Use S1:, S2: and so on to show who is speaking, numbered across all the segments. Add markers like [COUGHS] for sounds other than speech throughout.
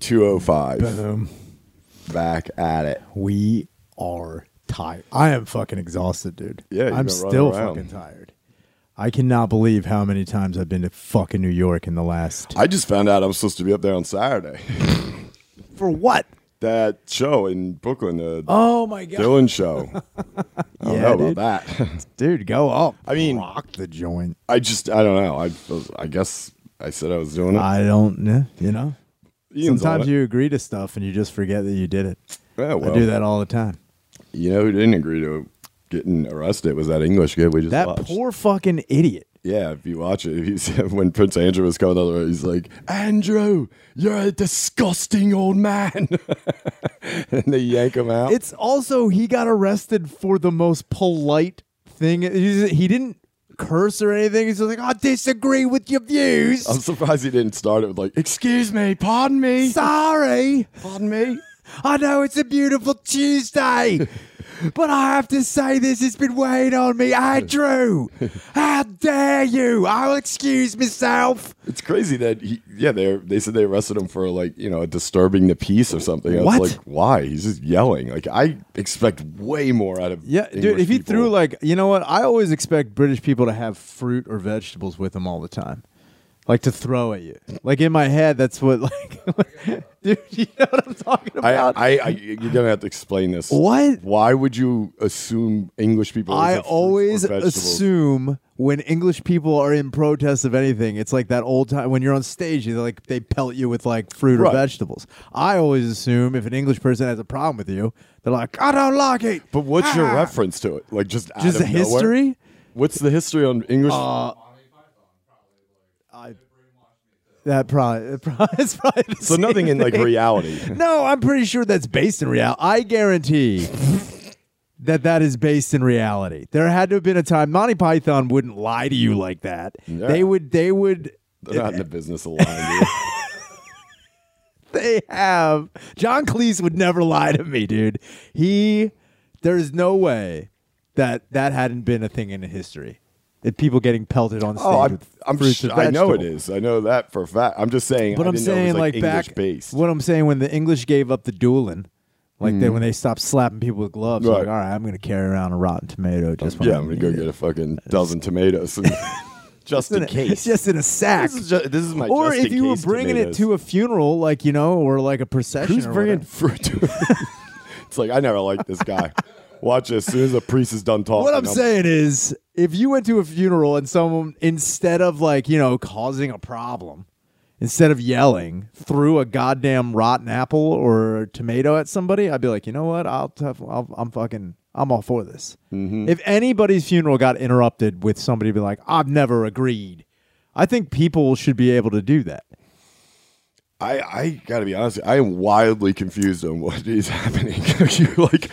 S1: 205.
S2: Boom.
S1: Back at it.
S2: We are tired. I am fucking exhausted, dude.
S1: Yeah, you've
S2: I'm
S1: been running
S2: still
S1: around.
S2: fucking tired. I cannot believe how many times I've been to fucking New York in the last.
S1: I just found out I'm supposed to be up there on Saturday.
S2: [LAUGHS] For what?
S1: that show in Brooklyn, the
S2: Oh my god,
S1: Dylan
S2: [LAUGHS]
S1: show. I don't
S2: Yeah,
S1: know
S2: dude.
S1: about that. [LAUGHS]
S2: dude, go up.
S1: I mean-
S2: rock the joint.
S1: I just, I don't know. I, I guess I said I was doing it.
S2: I don't know. You know,
S1: Ian's on
S2: Uh, sometimes
S1: it.
S2: you agree to stuff and you just forget that you did it.
S1: Yeah, well,
S2: I do that all the time.
S1: You know who didn't agree to getting arrested was that English kid we just
S2: That
S1: watched.
S2: poor fucking idiot.
S1: Yeah, if you watch it, [LAUGHS] he's, when Prince Andrew was coming over, he's like, Andrew, you're a disgusting old man. [LAUGHS] and they yank him out.
S2: It's also he got arrested for the most polite thing. He's- He didn't curse or anything. He's just like, I disagree with your views.
S1: I'm [LAUGHS] surprised he didn't start it with like, excuse me, pardon me,
S2: [LAUGHS] sorry.
S1: pardon me.
S2: I know it's a beautiful Tuesday, but I have to say this has been weighing on me. Andrew, how dare you? I'll excuse myself.
S1: It's crazy that he, yeah, they they said they arrested him for like you know disturbing the peace or something. I
S2: What?
S1: was like, why? He's just yelling. Like I expect way more out of
S2: Yeah, dude,
S1: English
S2: if he
S1: people.
S2: threw like, you know what? I always expect British people to have fruit or vegetables with them all the time. Like to throw at you. Like in my head, that's what [LAUGHS] like dude, you know what I'm talking
S1: I,
S2: about?
S1: I, I, you're gonna have to explain this.
S2: What?
S1: Why would you assume English people?
S2: I
S1: have fruits or
S2: always
S1: vegetables?
S2: assume when English people are in protest of anything, it's like that old time when you're on stage, they like they pelt you with like fruit
S1: Right.
S2: or vegetables. I always assume if an English person has a problem with you, they're like, I don't like it.
S1: But what's your
S2: Ah.
S1: reference to it? Like just out
S2: Just
S1: of
S2: the
S1: nowhere?
S2: history? Uh,
S1: What's the history on English?
S2: I, that probably, [LAUGHS] it probably it's probably the
S1: so nothing
S2: [LAUGHS]
S1: in like reality.
S2: same- No, I'm pretty sure that's based in reality. I guarantee. That that is based in reality. There had to have been a time Monty Python wouldn't lie to you like that.
S1: Yeah.
S2: They would. They would.
S1: They're not in
S2: [LAUGHS]
S1: the business of lying. dude.
S2: they have. John Cleese would never lie to me, dude. He, there is no way that that hadn't been a thing in history. That people getting pelted on stage
S1: Oh, I'm,
S2: with
S1: I'm
S2: fruits
S1: sh-
S2: and
S1: I know it
S2: vegetables.
S1: is. I know that for a fact. I'm just saying.
S2: But
S1: I
S2: I'm
S1: didn't
S2: saying,
S1: know it was,
S2: like,
S1: like, English
S2: back
S1: based.
S2: What I'm saying when the English gave up the dueling, like then when they stopped slapping people with gloves,
S1: Mm. Right.
S2: like all right, I'm going to carry around a rotten tomato [LAUGHS] just when
S1: yeah,
S2: I
S1: I'm gonna
S2: need
S1: go
S2: it."
S1: get a fucking dozen tomatoes,
S2: [LAUGHS]
S1: and just
S2: Just in
S1: in
S2: a-
S1: case.
S2: just in a
S1: [LAUGHS]
S2: sack.
S1: This is ju- this is my
S2: or
S1: just
S2: if
S1: in
S2: you were
S1: case
S2: bringing it
S1: tomatoes.
S2: to a funeral, like you know, or like a
S1: [LAUGHS]
S2: procession.
S1: Who's
S2: or
S1: bringing
S2: whatever.
S1: fruit? to- [LAUGHS] it's like I never liked this
S2: [LAUGHS]
S1: guy. Watch this. As soon as the priest is done talking,
S2: What I'm saying is, if you went to a funeral and someone, instead of like, you know, causing a problem, instead of yelling, threw a goddamn rotten apple or tomato at somebody, I'd be like, you know what? I'll, t- I'll I'm fucking, I'm all for this. If anybody's funeral got interrupted with somebody be like, I've never agreed, I think people should be able to do that.
S1: I, I gotta be honest. I am wildly confused on what is [LAUGHS] happening. you're like,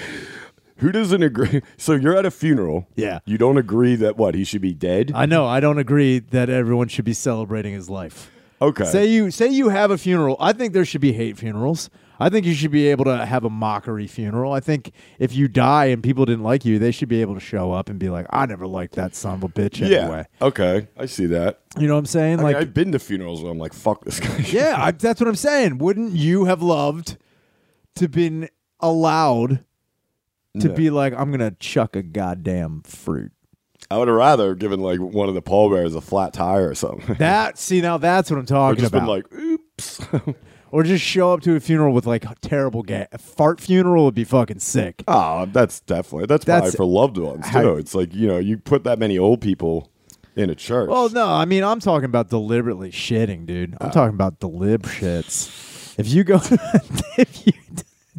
S1: who doesn't agree? So you're at a funeral.
S2: Yeah.
S1: You don't agree that what he should be dead.
S2: I know I don't agree that everyone should be celebrating his life.
S1: okay.
S2: Say you say you have a funeral. I think there should be hate funerals. I think you should be able to have a mockery funeral. I think if you die and people didn't like you, they should be able to show up and be like, "I never liked that son of a bitch."
S1: yeah.
S2: Anyway,
S1: Okay. I see that.
S2: you know what I'm saying?
S1: I [LAUGHS]
S2: like,
S1: mean, I've been to funerals where I'm like, fuck this guy. [LAUGHS]
S2: yeah, I, that's what I'm saying. Wouldn't you have loved to been allowed to
S1: No.
S2: be like, "I'm gonna chuck a goddamn fruit"?
S1: I would have rather given like one of the pallbearers a flat tire or something. [LAUGHS]
S2: That see now that's what I'm
S1: Or
S2: talking
S1: just been
S2: about.
S1: like, oops. [LAUGHS]
S2: or just show up to a funeral with like terrible ga- a fart funeral would be fucking sick.
S1: oh, that's definitely that's,
S2: That's-
S1: probably for loved ones
S2: How-
S1: too. It's like you know, you put that many old people in a church.
S2: Well, no, I mean, I'm talking about deliberately shitting, dude.
S1: Uh.
S2: I'm talking about delib shits. If you go, [LAUGHS] if you,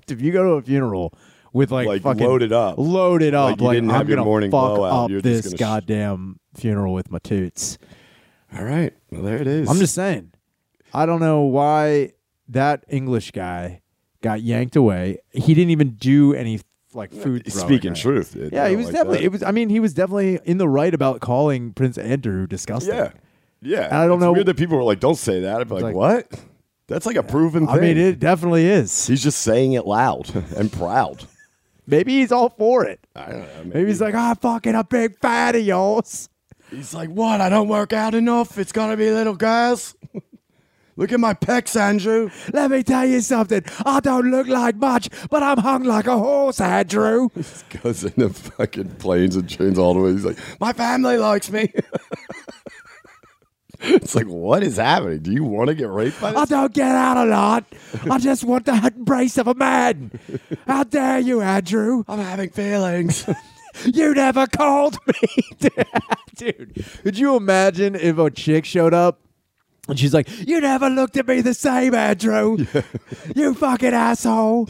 S2: if you go to a funeral with like,
S1: Like,
S2: fucking
S1: loaded up.
S2: loaded
S1: Like,
S2: up,
S1: you didn't
S2: I'm
S1: have your
S2: gonna
S1: morning
S2: fuck
S1: blowout.
S2: up
S1: You're
S2: this
S1: just gonna sh-
S2: goddamn funeral with my toots.
S1: all right, well there it is.
S2: I'm just saying, I don't know why that English guy got yanked away. He didn't even do any like food. throwing
S1: speaking
S2: or-
S1: truth. It-
S2: Yeah,
S1: I
S2: he
S1: don't
S2: was
S1: like
S2: definitely.
S1: that.
S2: It was. I mean, he was definitely in the right about calling Prince Andrew disgusting.
S1: yeah, yeah.
S2: And I don't
S1: It's
S2: know-
S1: Weird that people were like, "Don't say that." I'd be like,
S2: like-
S1: "What?" That's like a proven
S2: I
S1: thing.
S2: mean, it definitely is.
S1: He's just saying it loud [LAUGHS] and proud.
S2: Maybe he's all for it.
S1: I don't know.
S2: Maybe he's like, I'm fucking a big fan of yours.
S1: He's like, "What? I don't work out enough. It's gonna be little guys." [LAUGHS] Look at my pecs, Andrew.
S2: Let me tell you something. I don't look like much, but I'm hung like a horse, Andrew.
S1: This goes into fucking planes and trains all the way. He's like, my family likes me. [LAUGHS] it's like, what is happening? Do you want to get raped by
S2: I
S1: this?
S2: don't get out a lot. I just want the [LAUGHS] embrace of a man. How dare you, Andrew?
S1: I'm having feelings.
S2: You never called me. [LAUGHS] Dude, could you imagine if a chick showed up and she's like, You never looked at me the
S1: [LAUGHS]
S2: same, Andrew. you fucking asshole.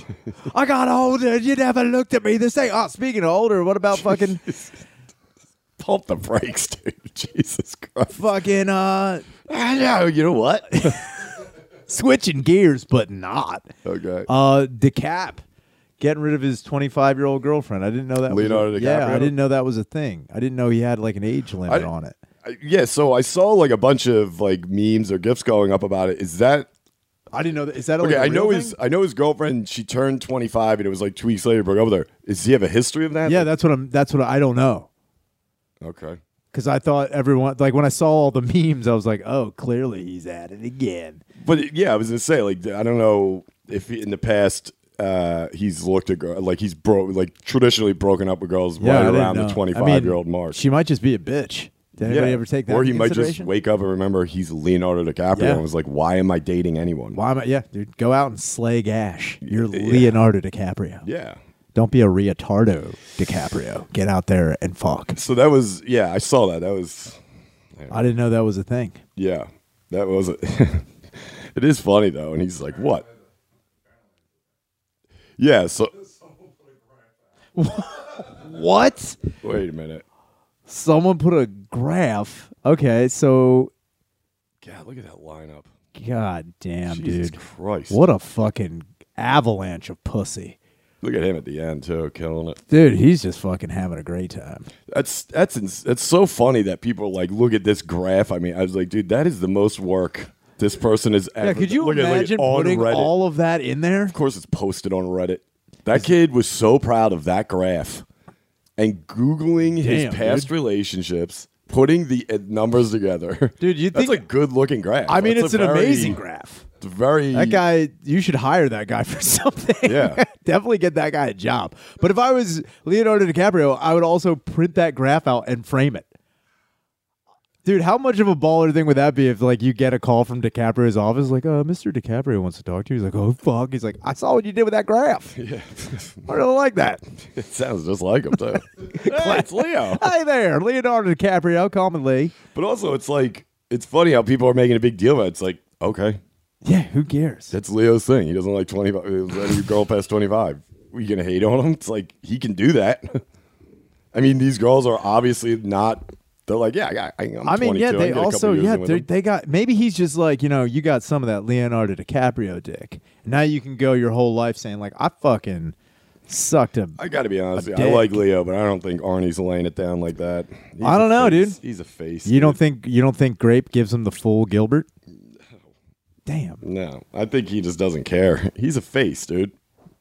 S2: I got older and you never looked at me the same. Oh, speaking of older,
S1: [LAUGHS]
S2: what about fucking,
S1: [LAUGHS] Pump the brakes, dude. [LAUGHS] Jesus Christ.
S2: fucking, uh,
S1: I know. You know what?
S2: switching gears, but not.
S1: [LAUGHS] okay.
S2: Uh, DeCap getting rid of his 25 year old girlfriend. I didn't know that.
S1: Leonardo
S2: was a, Yeah,
S1: DiCaprio?
S2: I didn't know that was a thing. I didn't know he had like an age limit
S1: I-
S2: on it.
S1: I- yeah. So I saw like a bunch of like memes or gifs going up about it. Is that
S2: I didn't know that. Is that
S1: okay?
S2: Like, a
S1: I know
S2: real
S1: his.
S2: thing?
S1: I know his girlfriend. She turned 25, and it was like two weeks later broke up with her. Does he have a history of that?
S2: Yeah, that's what I'm. That's what I, I don't know.
S1: Okay.
S2: Because I thought everyone like when I saw all the [LAUGHS] memes, I was like, oh, clearly he's at it again.
S1: But yeah, I was gonna say like I don't know if in the past uh, he's looked at girl like he's bro like traditionally broken up with girls
S2: Yeah, I
S1: right
S2: didn't
S1: around
S2: know. I
S1: the
S2: mean,
S1: twenty five year old mark.
S2: She might just be a bitch. Did anybody
S1: Yeah.
S2: ever take that?
S1: Or he
S2: into
S1: might just
S2: consideration?
S1: wake up and remember he's Leonardo DiCaprio
S2: Yeah.
S1: and was like, "Why am I dating anyone?"
S2: Why am I? Yeah, dude, go out and slay Gash. You're Leonardo DiCaprio.
S1: Yeah.
S2: Don't be a retardo DiCaprio. Get out there and fuck.
S1: So that was yeah, I saw that. That was
S2: I didn't know that was a thing.
S1: yeah, that was it. [LAUGHS] it is funny though, and he's like, "What?" Yeah. So
S2: What?
S1: wait a minute.
S2: Someone put a graph. Okay, so
S1: God, look at that lineup.
S2: god damn,
S1: Jesus
S2: dude.
S1: Christ!
S2: What a fucking avalanche of pussy.
S1: Look at him at the end too, killing it.
S2: Dude, he's just fucking having a great time.
S1: That's that's ins- that's so funny that people like look at this graph. I mean, I was like, dude, that is the most work this person has ever.
S2: Yeah, could you
S1: look at- look at-
S2: imagine
S1: on
S2: putting
S1: Reddit?
S2: all of that in there?
S1: of course, it's posted on Reddit. That kid was so proud of that graph, and googling his
S2: Damn,
S1: past relationships, putting the uh, numbers together.
S2: [LAUGHS] Dude, you'd
S1: that's
S2: think-
S1: a good-looking graph.
S2: I mean,
S1: That's
S2: it's
S1: a
S2: an
S1: very- e-
S2: amazing graph.
S1: it's Very
S2: That guy, you should hire that guy [LAUGHS] for something.
S1: Yeah.
S2: [LAUGHS] Definitely get that guy a job. But if I was Leonardo DiCaprio, I would also print that graph out and frame it. Dude, how much of a baller thing would that be if like you get a call from DiCaprio's office like, "Uh, Mr. DiCaprio wants to talk to you." He's like, "Oh fuck." He's like, "I saw what you did with that
S1: [LAUGHS]
S2: graph.
S1: Yeah, [LAUGHS]
S2: I really like that."
S1: it sounds just like him
S2: [LAUGHS]
S1: too. hey, it's Leo.
S2: hey there, Leonardo DiCaprio, commonly.
S1: But also, it's like it's funny how people are making a big deal about. It. It's like, okay,
S2: Yeah, who cares?
S1: that's Leo's thing. He doesn't like twenty five. Letting your girl past twenty five, are you gonna hate on him? It's like he can do that. [LAUGHS] I mean, these girls are obviously not. They're like, yeah, I, I, I'm
S2: I mean,
S1: 22.
S2: yeah,
S1: I can
S2: they
S1: get a couple
S2: also,
S1: years
S2: yeah,
S1: in with
S2: they
S1: them.
S2: they got maybe he's just like, you know, you got some of that Leonardo DiCaprio dick. Now you can go your whole life saying like, I fucking sucked a.
S1: I got to be honest. with you. I
S2: dick.
S1: like Leo, but I don't think Arnie's laying it down like that. He's
S2: I don't
S1: a
S2: know,
S1: face.
S2: dude.
S1: He's a face.
S2: You don't think you don't think Grape gives him the full Gilbert? Damn,
S1: No, I think he just doesn't care. He's a face, dude.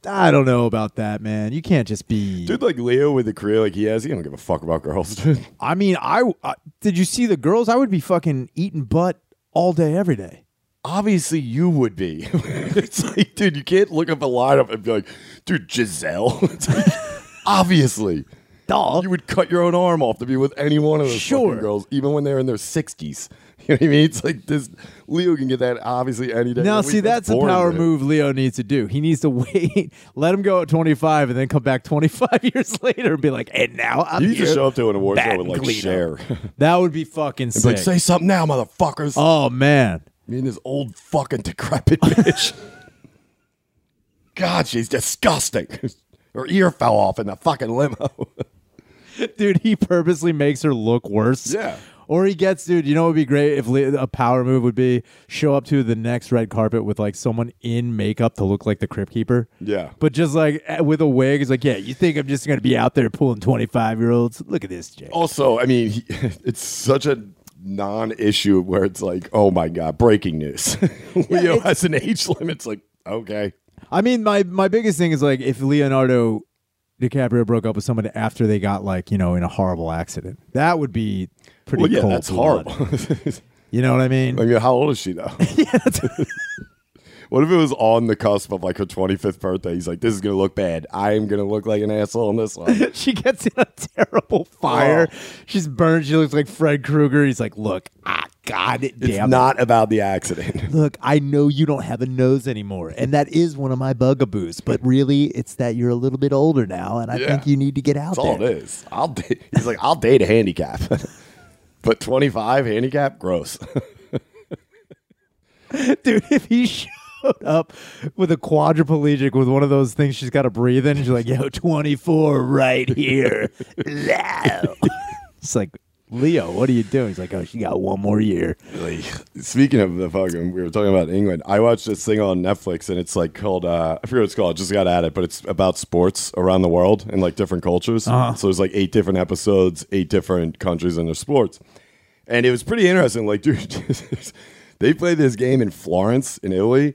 S2: I don't know about that, man. You can't just be.
S1: Dude, like Leo with the career like he has, he don't give a fuck about girls, [LAUGHS] dude.
S2: I mean, I, I did you see the girls? I would be fucking eating butt all day, every day.
S1: obviously you would be. [LAUGHS] it's like, dude, you can't look up a lineup and be like, dude, Giselle. [LAUGHS] It's like,
S2: [LAUGHS]
S1: obviously.
S2: Duh.
S1: You would cut your own arm off to be with any one of those fucking
S2: Sure.
S1: girls, even when they're in their sixties. [LAUGHS] You know what I mean? It's like this Leo can get that obviously any day.
S2: Now,
S1: of the
S2: see,
S1: week.
S2: that's a
S1: boring,
S2: power
S1: dude.
S2: move Leo needs to do. He needs to [LAUGHS] wait, let him go at 25, and then come back 25 [LAUGHS] years later and be like, and now I'm
S1: You used to
S2: here."
S1: show up to an award show
S2: Bat
S1: with like
S2: cleanup.
S1: Cher.
S2: That would be fucking sick.
S1: like, say something now, motherfuckers.
S2: [LAUGHS] oh, man. [LAUGHS]
S1: Me and this old fucking decrepit bitch. God, she's disgusting. [LAUGHS] Her ear fell off in the fucking limo.
S2: Dude, he purposely makes her look worse.
S1: Yeah.
S2: Or he gets, dude, you know what would be great if Le- a power move would be show up to the next red carpet with like someone in makeup to look like the Crypt Keeper.
S1: Yeah.
S2: But just like eh, with a wig, he's like, yeah, you think I'm just going to be out there pulling 25 year olds? Look at this, Jake.
S1: also, I mean, he, [LAUGHS] it's such a non-issue where it's like, oh my god, breaking news. [LAUGHS] Leo
S2: it's-
S1: has an age limit. It's like, okay,
S2: I mean, my my biggest thing is like if Leonardo DiCaprio broke up with someone after they got like you know in a horrible accident, that would be pretty.
S1: well, yeah,
S2: cold
S1: that's
S2: blood.
S1: horrible. [LAUGHS]
S2: You know what I mean? [LAUGHS]
S1: I mean, how old is she now? what if it was on the cusp of like her 25th birthday? He's like, this is going to look bad. I am going to look like an asshole on this one.
S2: she gets in
S1: [LAUGHS]
S2: a terrible fire.
S1: Oh.
S2: She's burned. She looks like Fred Krueger. He's like, look, ah, God
S1: It's
S2: damn
S1: not about the accident. [LAUGHS]
S2: it. Look, I know you don't have a nose anymore, and that is one of my bugaboos. But really, it's that you're a little bit older now, and I
S1: Yeah.
S2: think you need to get out
S1: That's all
S2: there.
S1: it is. I'll da- he's like, I'll date a handicap. [LAUGHS] but 25 handicap? Gross.
S2: [LAUGHS] Dude, if he showed up with a quadriplegic with one of those things she's got to breathe in, she's like, yo, 24 right here. Now. it's like, Leo, what are you doing? He's like, oh, she got one more year.
S1: Like, speaking of the fucking, we were talking about England. I watched this thing on Netflix, and it's like called uh, I forget what it's called. I just got at it, but it's about sports around the world and like different cultures.
S2: Uh-huh.
S1: So there's like eight different episodes, eight different countries and their sports, and it was pretty interesting. Like, [LAUGHS] dude, they play this game in Florence in Italy.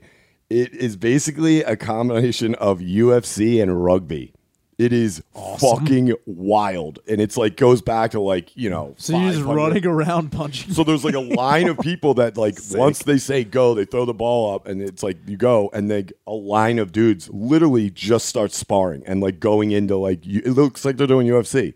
S1: It is basically a combination of UFC and rugby. It is fucking wild, and it's like goes back to like you know.
S2: So you're just
S1: 500
S2: running around punching. [LAUGHS]
S1: so there's like a line of people that like once they say go, they throw the ball up and it's like you go and they a line of dudes literally just start sparring and like going into like you, it looks like they're doing UFC.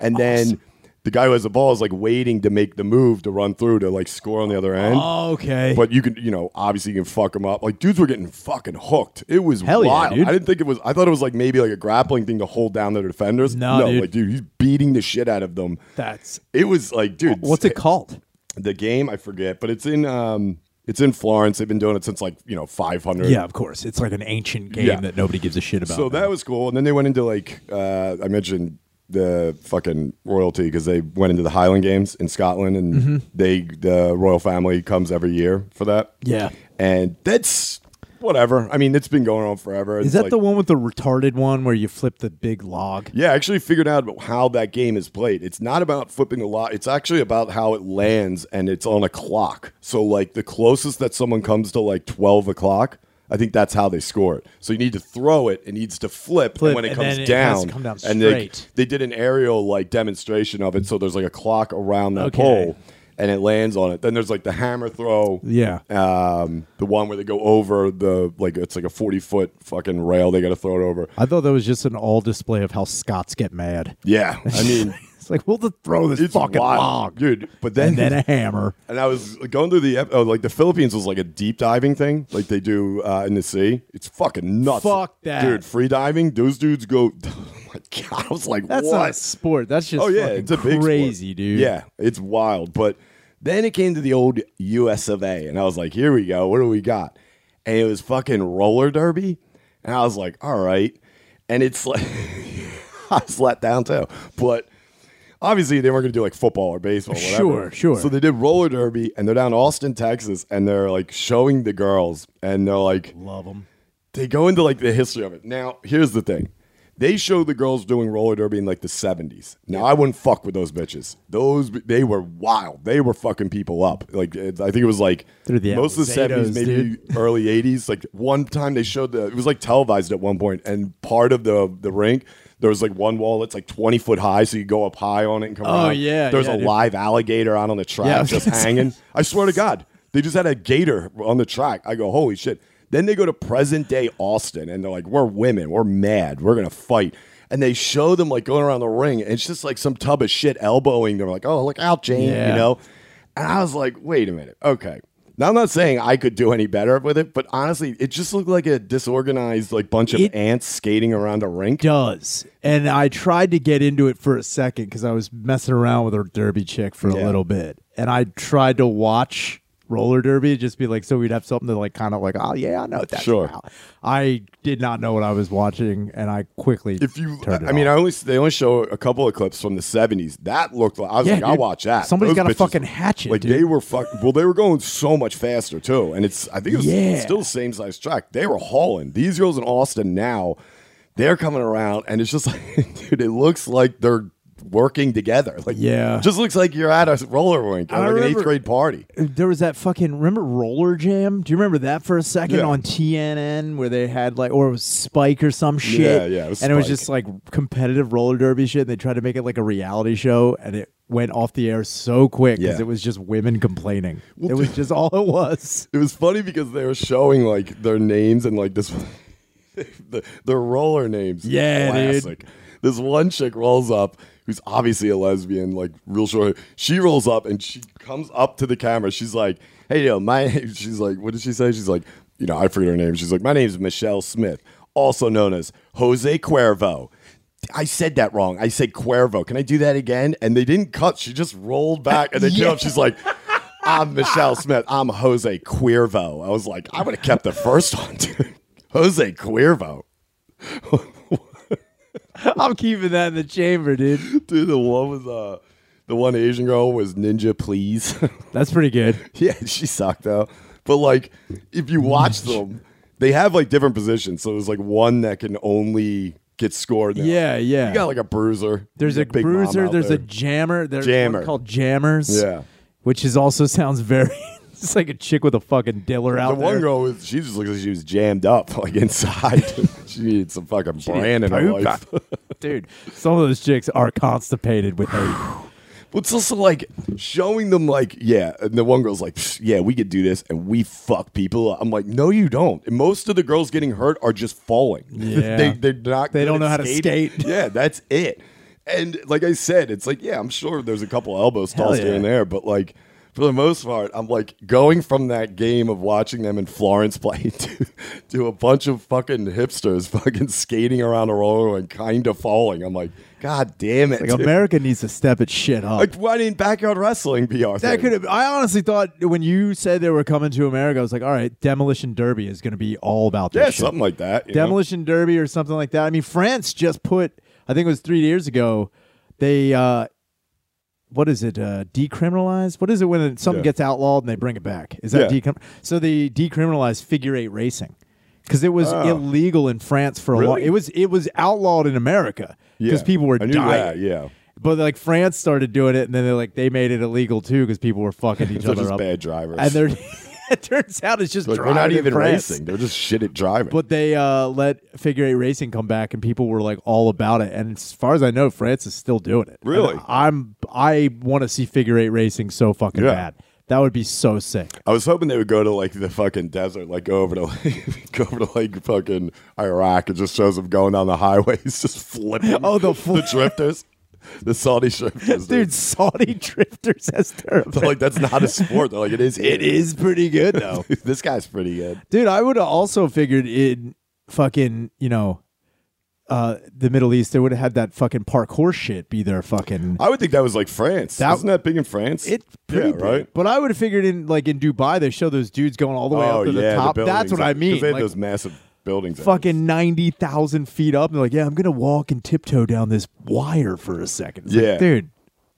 S1: And then the guy who has the ball is like waiting to make the move to run through to like score on the other end.
S2: Oh, okay.
S1: But you can, you know, obviously you can fuck them up. Like dudes were getting fucking hooked. It was
S2: Hell yeah,
S1: wild.
S2: dude.
S1: I didn't think it was. I thought it was like maybe like a grappling thing to hold down their defenders.
S2: No, dude.
S1: like dude, he's beating the shit out of them.
S2: That's
S1: It was like, dude,
S2: what's it called?
S1: the game I forget, but it's in um it's in Florence. They've been doing it since like you know 500.
S2: Yeah, of course. It's like an ancient game
S1: Yeah.
S2: that nobody gives a shit about.
S1: So that was cool, and then they went into like uh, I mentioned the fucking royalty because they went into the Highland Games in Scotland, and
S2: Mm-hmm.
S1: they the royal family comes every year for that.
S2: Yeah.
S1: and that's whatever. I mean, it's been going on forever.
S2: is that the one with the retarded one where you flip the big log?
S1: Yeah, I actually figured out how that game is played. It's not about flipping a lot. It's actually about how it lands and it's on a clock. So like the closest that someone comes to like twelve o'clock, I think that's how they score it. So you need to throw it. It needs to flip,
S2: Flip,
S1: and when it
S2: and
S1: comes
S2: then it has
S1: down,
S2: to come down
S1: and they,
S2: straight.
S1: they did an aerial like demonstration of it. So there's like a clock around that
S2: Okay.
S1: pole. And it lands on it. Then there's like the hammer throw.
S2: Yeah.
S1: Um, the one where they go over the like it's like a forty foot fucking rail. They got to throw it over.
S2: I thought that was just an all display of how Scots get mad.
S1: Yeah. I mean,
S2: It's like we'll just throw this
S1: It's
S2: fucking
S1: wild, [LAUGHS]
S2: log
S1: dude. But then,
S2: and then a hammer.
S1: and I was going through the ep- oh, like the Philippines was like a deep diving thing, like they do uh, in the sea. It's fucking nuts.
S2: Fuck that.
S1: dude. Free diving, those dudes go. [LAUGHS] Oh my god, I was like,
S2: That's not a
S1: what?
S2: sport. That's just
S1: Oh yeah,
S2: fucking
S1: it's a big
S2: crazy,
S1: sport.
S2: dude.
S1: Yeah, it's wild. But then it came to the old U.S. of A, and I was like, here we go. What do we got? And it was fucking roller derby, and I was like, all right. And it's like [LAUGHS] I was let down too, but. Obviously, they weren't going to do like football or baseball. Whatever.
S2: Sure, sure.
S1: So they did roller derby, and they're down in Austin, Texas, and they're like showing the girls, and they're like,
S2: Love them.
S1: they go into like the history of it. Now, here's the thing. They show the girls doing roller derby in like the 70s. Now, I wouldn't fuck with those bitches. Those they were wild. They were fucking people up. Like it- I think it was like
S2: They're the
S1: most of the 70s,
S2: Alizados,
S1: maybe
S2: [LAUGHS]
S1: early 80s. Like one time they showed the it was like televised at one point and part of the the rink there was like one wall that's like 20 foot high so you go up high on it and come
S2: Oh,
S1: around.
S2: yeah,
S1: There's
S2: yeah,
S1: a
S2: dude.
S1: live alligator out on the track
S2: Yeah, I was
S1: just
S2: [LAUGHS] gonna say.
S1: hanging. I swear to God, they just had a gator on the track. I go, holy shit. Then they go to present day Austin and they're like, we're women, we're mad, we're gonna fight. And they show them like going around the ring, and it's just like some tub of shit elbowing. They're like, oh, look out, Jane, you
S2: Yeah.
S1: know? And I was like, wait a minute, okay. Now I'm not saying I could do any better with it, but honestly, it just looked like a disorganized like bunch of
S2: It-
S1: ants skating around a rink.
S2: does. And I tried to get into it for a second because I was messing around with a derby chick for
S1: Yeah.
S2: a little bit. And I tried to watch roller derby, just be like, so we'd have something to like kind of like, oh, yeah, I know what that's
S1: Sure.
S2: about. I did not know what I was watching. And I quickly,
S1: If you,
S2: turned it
S1: I mean,
S2: off.
S1: I only they only show a couple of clips from the '70s. That looked like I was
S2: Yeah,
S1: like, I'll
S2: dude.
S1: watch that.
S2: Somebody's
S1: Those
S2: got a
S1: bitches-
S2: fucking hatchet,
S1: Like
S2: dude.
S1: they were fuck. Well, they were going so much faster too, and it's I think it was
S2: Yeah.
S1: still the same size track. They were hauling these [LAUGHS] girls in Austin now. They're coming around, and it's just like, dude, it looks like they're working together. Like,
S2: Yeah.
S1: just looks like you're at a roller rink, or
S2: I
S1: like an
S2: remember-
S1: eighth grade party.
S2: There was that fucking remember Roller Jam? Do you remember that for a second
S1: Yeah.
S2: on TNN where they had like or it was Spike or some shit?
S1: yeah, it was
S2: and it was
S1: Spike.
S2: just like competitive roller derby shit. And they tried to make it like a reality show, and it went off the air so quick because
S1: Yeah.
S2: it was just women complaining.
S1: Well,
S2: it was just all it was. [LAUGHS]
S1: It was funny because they were showing like their names and like this, [LAUGHS] the, their roller names.
S2: Yeah, dude.
S1: This one chick rolls up, who's obviously a lesbian, like real short. hair. She rolls up and she comes up to the camera. She's like, "Hey, yo, my." [LAUGHS] She's like, "What did she say?" She's like, "You know, I forget her name." She's like, "My name's Michelle Smith, also known as Jose Cuervo." I said that wrong. I said Cuervo. Can I do that again? And they didn't cut. She just rolled back and they came up. She's like, I'm Michelle Smith. I'm Jose Cuervo. I was like, I would have kept the first one, dude. [LAUGHS] Jose Cuervo.
S2: I'm keeping that in the chamber, dude.
S1: Dude, the one was uh the one Asian girl was Ninja Please. [LAUGHS]
S2: That's pretty good.
S1: yeah, she sucked though. But like if you watch them, they have like different positions. So there's like one that can only get scored. now.
S2: Yeah, yeah.
S1: You got like a bruiser.
S2: There's
S1: You
S2: a
S1: got Big Mom
S2: bruiser.
S1: out
S2: There's a
S1: there.
S2: jammer. There's one
S1: Jammer.
S2: called jammers.
S1: Yeah.
S2: which is also [LAUGHS] sounds very. It's like a chick with a fucking diller
S1: the
S2: out
S1: one
S2: there.
S1: girl was she just looked like she was jammed up [LAUGHS] like inside. she needed some fucking brand in her
S2: poop.
S1: life. [LAUGHS]
S2: Dude, some of those chicks are constipated with
S1: [SIGHS]
S2: hate.
S1: But it's also like showing them like, yeah, and the one girl's like, "Psh, yeah, we could do this and we fuck people. up. I'm like, no, you don't. And most of the girls getting hurt are just falling.
S2: Yeah.
S1: they, they're not.
S2: They
S1: good
S2: don't
S1: at
S2: know how to
S1: skating.
S2: skate.
S1: [LAUGHS] Yeah, that's it. And like I said, it's like, yeah, I'm sure there's a couple elbow stalls
S2: yeah.
S1: here and there, but like for the most part, I'm like going from that game of watching them in Florence [LAUGHS] play to, to a bunch of fucking hipsters fucking skating around a roller and kind of falling. I'm like, God damn it.
S2: Like
S1: dude."
S2: America needs to step its shit up.
S1: Like, why didn't backyard wrestling be our
S2: that
S1: thing?
S2: could have. I honestly thought when you said they were coming to America, I was like, all right, demolition derby is going to be all about this.
S1: yeah,
S2: shit.
S1: something like that. you know?
S2: demolition derby or something like that. I mean, France just put. I think it was three years ago. They. uh what is it? Uh, decriminalized? What is it when it- something
S1: Yeah.
S2: gets outlawed and they bring it back? Is that
S1: Yeah.
S2: decrim? So they decriminalized figure eight racing because it was
S1: Oh.
S2: illegal in France for a long.
S1: Really?
S2: It was it was outlawed in America
S1: Yeah.
S2: because people were
S1: I knew
S2: dying.
S1: that, yeah,
S2: But like France started doing it, and then they like they made it illegal too because people were fucking
S1: [LAUGHS]
S2: each
S1: they're
S2: other
S1: just
S2: up.
S1: bad drivers.
S2: And they're [LAUGHS] it turns out it's just
S1: like, we're
S2: driving
S1: not
S2: in
S1: even
S2: France.
S1: racing; they're just shit at driving.
S2: But they uh, let figure eight racing come back, and people were like all about it. And as far as I know, France is still doing it.
S1: Really?
S2: And I'm I want to see figure eight racing so fucking
S1: Yeah.
S2: bad. That would be so sick.
S1: I was hoping they would go to like the fucking desert, like go over to [LAUGHS] like, go over to like fucking Iraq, and just shows them going down the highways, [LAUGHS] just flipping.
S2: Oh, the fl-
S1: the drifters, the Saudi drifters,
S2: Dude, Saudi [LAUGHS] drifters as their
S1: They're
S2: [LAUGHS]
S1: like that's not a sport. They're like it is.
S2: It is pretty good though.
S1: [LAUGHS] this guy's pretty good.
S2: [LAUGHS] Dude, I would have also figured in fucking, you know, uh, the Middle East, they would have had that fucking parkour shit be their fucking
S1: I would think that was like France.
S2: That-
S1: Isn't that big in France?
S2: It's pretty
S1: Uh, yeah,
S2: big.
S1: right.
S2: But I would have figured in like in Dubai they show those dudes going all the way
S1: oh
S2: up to
S1: yeah,
S2: the top. That's
S1: buildings,
S2: what I
S1: 'cause
S2: mean.
S1: They had
S2: Like
S1: those massive buildings. out there.
S2: fucking ninety thousand feet up. And they're like, yeah, I'm gonna walk and tiptoe down this wire for a second. It's like,
S1: Yeah.
S2: dude,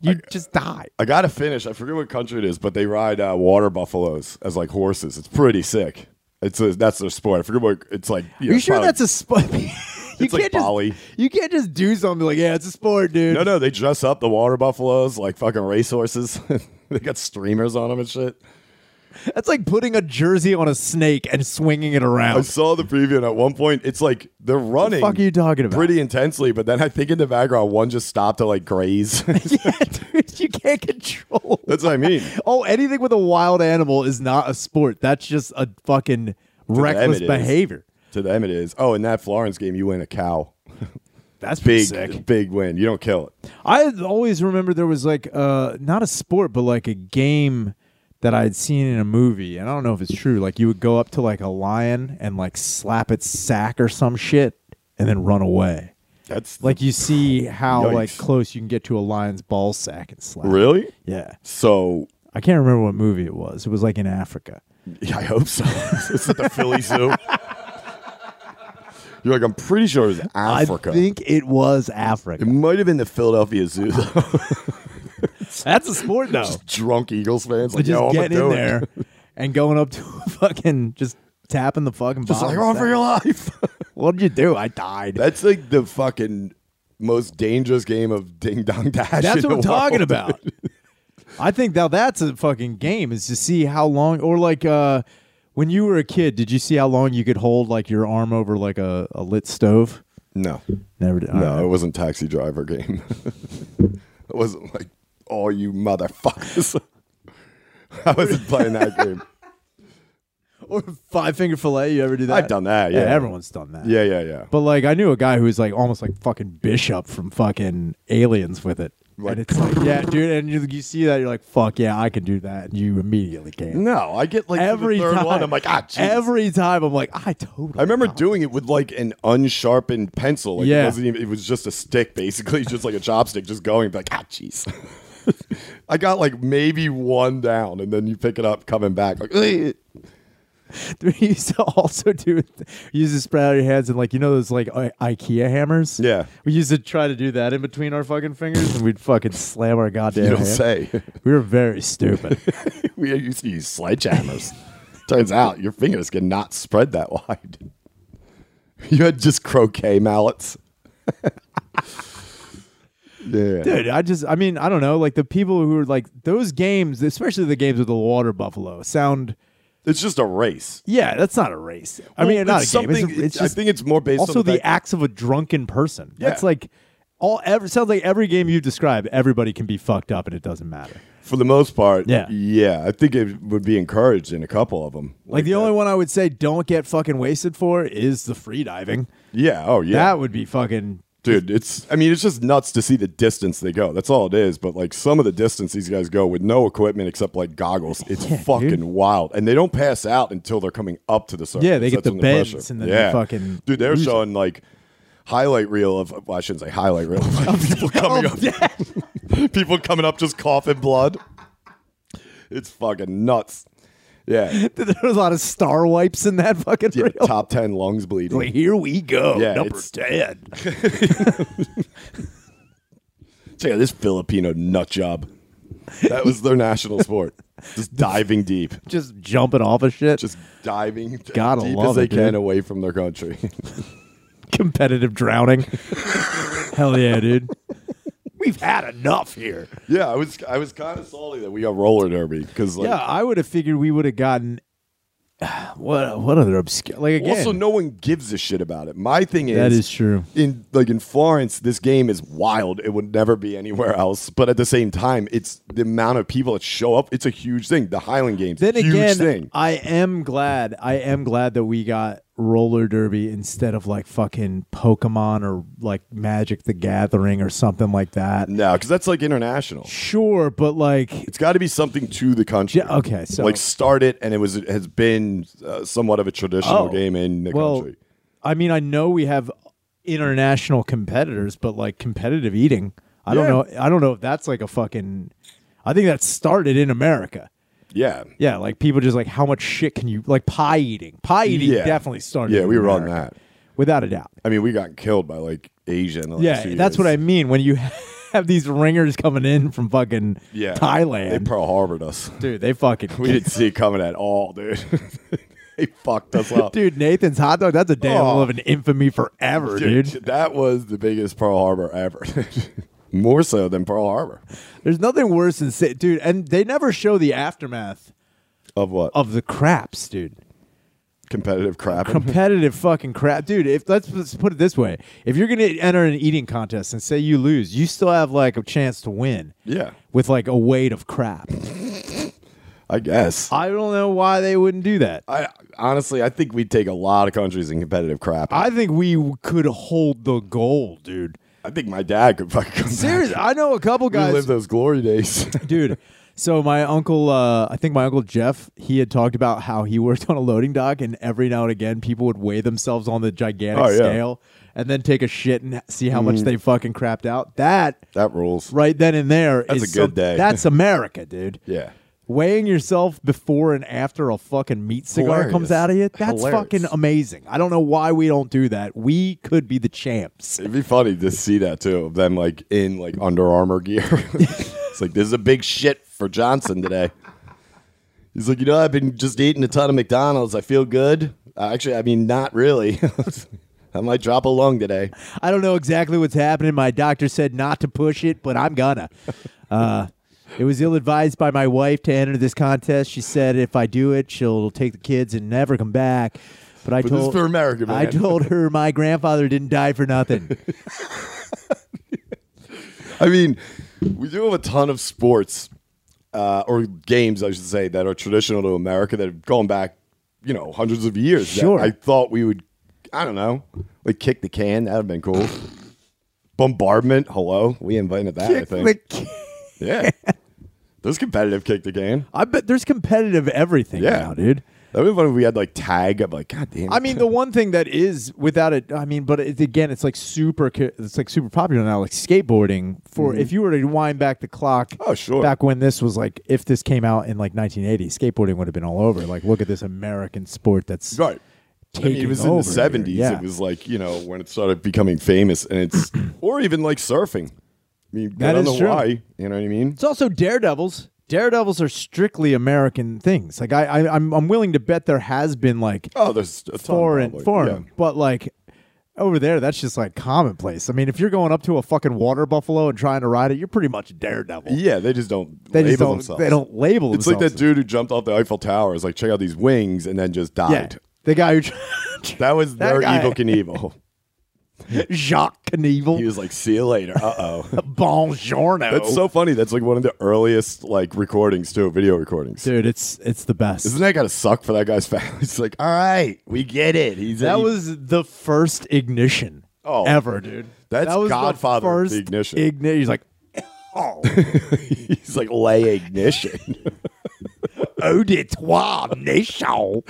S2: you just die.
S1: I uh, gotta finish. I forget what country it is, but they ride uh, water buffaloes as like horses. It's pretty sick. It's a, that's their sport. I forget what it's like.
S2: Are you sure that's a sport? [LAUGHS] you
S1: It's like
S2: can't
S1: Bali.
S2: just you can't just do something like yeah, it's a sport, dude.
S1: no, no. They dress up the water buffaloes like fucking racehorses. [LAUGHS] they got streamers on them and shit.
S2: That's like putting a jersey on a snake and swinging it
S1: I
S2: around.
S1: saw the preview, and at one point, it's like they're running.
S2: fuck are you talking about?
S1: Pretty intensely, but then I think in the background, one just stopped to like graze.
S2: [LAUGHS]
S1: [LAUGHS]
S2: yeah, dude, you can't control.
S1: that's what I [LAUGHS] mean.
S2: Oh, anything with a wild animal is not a sport. That's just a fucking reckless
S1: it is.
S2: behavior.
S1: To them, it is. Oh, in that Florence game, you win a cow.
S2: That's pretty
S1: Big,
S2: sick.
S1: big win. You don't kill it.
S2: I always remember there was like uh not a sport, but like a game that I had seen in a movie, and I don't know if it's true. Like you would go up to like a lion and like slap its sack or some shit, and then run away.
S1: That's
S2: Like you see how like
S1: Yikes.
S2: close you can get to a lion's ball sack and slap. it.
S1: really.
S2: Yeah.
S1: So
S2: I can't remember what movie it was. It was like in Africa.
S1: Yeah, I hope so. [LAUGHS] it's at the Philly Zoo. You're like, I'm pretty sure it was Africa.
S2: I think it was
S1: it
S2: Africa.
S1: might have been the Philadelphia Zoo. though.
S2: That's a sport though.
S1: Drunk Eagles fans, like,
S2: But [LAUGHS] just
S1: yo, I'm
S2: getting in
S1: do it.
S2: there and going up to [LAUGHS] a fucking just tapping the fucking
S1: Just
S2: bottom
S1: [LAUGHS] like, "Oh, on
S2: of
S1: for
S2: that.
S1: your life.
S2: What did you do? I died.
S1: That's like the fucking most dangerous game of ding dong dash.
S2: That's
S1: in
S2: what
S1: the
S2: I'm talking
S1: world. [LAUGHS]
S2: about. I think now that's a fucking game is to see how long or like uh when you were a kid, did you see how long you could hold like your arm over like a, a lit stove?
S1: No,
S2: Never did.
S1: no, it wasn't taxi driver game. [LAUGHS] it wasn't like all you motherfuckers. [LAUGHS] I wasn't playing that game.
S2: Or five finger fillet, you ever do that?
S1: I've done that. Yeah,
S2: Yeah, everyone's done that.
S1: Yeah, yeah, yeah.
S2: But like I knew a guy who was like almost like fucking Bishop from fucking Aliens with it.
S1: Like-
S2: and it's like, yeah, dude, and you, you see that, you're like, fuck yeah, I can do that. And you immediately can.
S1: No, I get like to the
S2: every
S1: third
S2: time
S1: one, I'm like, ah, jeez.
S2: every time I'm like, I totally
S1: I remember doing it with like an unsharpened pencil. Like
S2: Yeah.
S1: it wasn't even it was just a stick basically, [LAUGHS] just like a chopstick, just going like, ah jeez. [LAUGHS] I got like maybe one down and then you pick it up coming back. Like "Ugh."
S2: [LAUGHS] We used to also do it. You used to spread out your hands and like you know those like I- IKEA hammers.
S1: Yeah.
S2: we used to try to do that in between our fucking fingers, and we'd fucking slam our goddamn.
S1: you don't
S2: hand.
S1: say.
S2: We were very stupid.
S1: [LAUGHS] we used to use sledgehammers. Turns out your fingers cannot spread that [LAUGHS] wide. You had just croquet mallets. [LAUGHS] yeah.
S2: Dude, I just, I mean, I don't know. Like the people who are like those games, especially the games with the water buffalo, sound.
S1: It's just a race.
S2: Yeah, that's not a race. I
S1: Well,
S2: mean, not
S1: it's
S2: a game. It's,
S1: something-
S2: a- it's
S1: I
S2: just
S1: think it's more based
S2: also
S1: on the
S2: the
S1: fact-
S2: acts of a drunken person.
S1: Yeah.
S2: That's like all. Every, sounds like every game you describe, everybody can be fucked up and it doesn't matter.
S1: For the most part,
S2: Yeah.
S1: yeah. I think it would be encouraged in a couple of them.
S2: Like, the only one I would say don't get fucking wasted for is the free diving.
S1: yeah, oh yeah,
S2: That would be fucking
S1: dude. It's I mean, it's just nuts to see the distance they go. That's all it is. But like some of the distance these guys go with no equipment except like goggles, it's
S2: Yeah,
S1: fucking
S2: dude.
S1: wild. And they don't pass out until they're coming up to the surface.
S2: Yeah, they get
S1: That's
S2: the
S1: when
S2: bends
S1: pressure-
S2: and then they
S1: yeah.
S2: fucking
S1: dude. They're
S2: lose it.
S1: showing like highlight reel of well, I shouldn't say highlight reel. Of,
S2: [LAUGHS]
S1: like, people
S2: Oh
S1: coming up, [LAUGHS] people coming up just coughing blood. It's fucking nuts. Yeah.
S2: [LAUGHS] there was a lot of star wipes in that fucking
S1: Yeah,
S2: reel.
S1: top 10 lungs bleeding.
S2: Like, here we go,
S1: Yeah,
S2: number
S1: it's-
S2: [LAUGHS] ten.
S1: Check out this Filipino nut job. That was their national sport.
S2: [LAUGHS]
S1: Just diving deep.
S2: Just jumping off of shit.
S1: Just diving as
S2: Gotta
S1: deep
S2: love
S1: as they
S2: it, dude.
S1: can away from their country. [LAUGHS]
S2: competitive [LAUGHS] drowning. Hell yeah, dude. [LAUGHS] We've had enough here.
S1: yeah, I was I was kind of salty that we got roller derby because like
S2: Yeah, I would have figured we would have gotten [SIGHS] what what other obscure like again.
S1: also no one gives a shit about it. My thing is
S2: That is true.
S1: In like in Florence, this game is wild. It would never be anywhere else. But at the same time, it's the amount of people that show up. It's a huge thing. The Highland Games,
S2: then
S1: huge
S2: again,
S1: thing.
S2: I am glad. I am glad that we got roller derby instead of like fucking Pokemon or like Magic the Gathering or something like that.
S1: No, because that's like international.
S2: Sure, but like
S1: It's got to be something to the country.
S2: Yeah, okay, so-
S1: like start it, and it was has been uh, somewhat of a traditional
S2: Oh,
S1: game in the
S2: well,
S1: country.
S2: I mean, I know we have international competitors, but like competitive eating, I
S1: Yeah.
S2: don't know. I don't know if that's like a fucking. I think that started in America.
S1: Yeah,
S2: Yeah, like people just like how much shit can you like pie eating? Pie eating
S1: Yeah.
S2: definitely started.
S1: Yeah,
S2: in
S1: we were on
S2: America,
S1: that.
S2: without a doubt.
S1: I mean, we got killed by like Asia. In the last
S2: Yeah,
S1: few
S2: that's
S1: years.
S2: what I mean when you [LAUGHS] have these ringers coming in from fucking
S1: Yeah, They
S2: Thailand.
S1: Pearl Harbored us. [LAUGHS]
S2: Dude, they fucking
S1: We
S2: [LAUGHS]
S1: didn't see it coming at all, dude. [LAUGHS] they fucked us up,
S2: Dude, Nathan's hot dog, that's a damn
S1: Oh.
S2: of an infamy forever, dude.
S1: That was the biggest Pearl Harbor ever. [LAUGHS] More so than Pearl Harbor.
S2: There's nothing worse than sit dude, and they never show the aftermath
S1: Of what?
S2: of the
S1: [LAUGHS]
S2: craps, dude.
S1: Competitive crap.
S2: Competitive fucking crap, dude. If let's, let's put it this way: if you're gonna enter an eating contest and say you lose, you still have like a chance to win
S1: [LAUGHS] yeah,
S2: with like a weight of crap.
S1: I guess.
S2: I don't know why they wouldn't do that.
S1: I honestly, I think we take a lot of countries in competitive crap. I,
S2: I think we w- could hold the gold, dude.
S1: think my dad could fucking come back.
S2: Seriously, I know a couple
S1: We
S2: guys,
S1: lived those glory days. [LAUGHS]
S2: dude. So my uncle, uh, I think my uncle Jeff, he had talked about how he [LAUGHS] worked on a loading dock, and every now and again, people would weigh themselves on the gigantic
S1: Oh, yeah.
S2: scale, and then take a shit and see how much they fucking crapped out. That
S1: that rules.
S2: right then and there
S1: That's a
S2: is
S1: good
S2: some-
S1: day.
S2: That's America, dude.
S1: Yeah.
S2: Weighing yourself before and after a fucking meat cigar
S1: Hilarious.
S2: comes out of you, that's
S1: Hilarious.
S2: fucking amazing. I don't know why we don't do that. We could be the champs.
S1: It'd be funny to see that too of them like in like Under Armour gear. [LAUGHS] it's like this is a big shit for Johnson today. He's like, you know, I've been just eating a ton of McDonald's. I feel good. Uh, actually, I mean, not really. [LAUGHS] I might drop a lung today.
S2: I don't know exactly what's happening. My doctor said not to push it, but I'm gonna. [LAUGHS] Uh, it was ill advised by my wife to enter this contest. She said if I do it, she'll take the kids and never come back. But I
S1: But this is
S2: told
S1: for America, man.
S2: I told her my grandfather didn't die for nothing.
S1: [LAUGHS] I mean, we do have a ton of sports uh, or games, I should say, that are traditional to America that have gone back, you know, hundreds of years. that
S2: Sure.
S1: I thought we would, I don't know, like kick the can. That'd have been cool. Bombardment. Hello, we invited that. [LAUGHS] I think. yeah. Those competitive kick the can.
S2: I bet there's competitive everything
S1: Yeah.
S2: now, dude.
S1: That would be fun if we had like tag. I'm like, God damn. it.
S2: I mean, the one thing that is without it, I mean, but it, again, it's like super, ca- it's like super popular now, like skateboarding. For if you were to wind back the clock,
S1: Mm-hmm. Oh, sure.
S2: back when this was like, if this came out in like 1980, skateboarding would have been all over. Like, look at this American sport that's
S1: right. I mean,
S2: taking
S1: it was in
S2: over
S1: the
S2: here.
S1: 70s.
S2: Yeah.
S1: It was like, you know, when it started becoming famous and
S2: [CLEARS THROAT]
S1: it's, or even like surfing. I mean,
S2: That
S1: I don't know
S2: is true.
S1: why. You know what I mean?
S2: It's also daredevils. Daredevils are strictly American things. Like, I, I I'm, I'm willing to bet there has been like
S1: Oh, there's a ton
S2: foreign,
S1: probably.
S2: foreign,
S1: Yeah.
S2: but like over there, that's just like commonplace. I mean, if you're going up to a fucking water buffalo and trying to ride it, you're pretty much a daredevil.
S1: Yeah, they just don't
S2: They
S1: label
S2: just don't.
S1: themselves.
S2: They don't label
S1: It's like
S2: themselves.
S1: that dude who jumped off the Eiffel Tower. Is like, check out these wings, and then just
S2: Yeah,
S1: died.
S2: the guy who
S1: That was
S2: That
S1: their
S2: guy.
S1: evil
S2: [LAUGHS]
S1: Knievel.
S2: Jacques
S1: He
S2: Knievel.
S1: was like, see you
S2: [LAUGHS]
S1: later. Uh oh.
S2: Bonjourno.
S1: That's so funny. That's like one of the earliest like recordings too, video recordings.
S2: dude. It's it's the best.
S1: Isn't that gotta suck for that guy's [LAUGHS] family? It's like, all right, we get it. He's
S2: that
S1: he-
S2: was the first ignition
S1: Oh.
S2: ever, dude.
S1: That's
S2: that was the
S1: Godfather of the
S2: first
S1: ignition.
S2: igni- he's like, [LAUGHS] oh,
S1: [LAUGHS] he's like lay ignition.
S2: eau de toi, nation.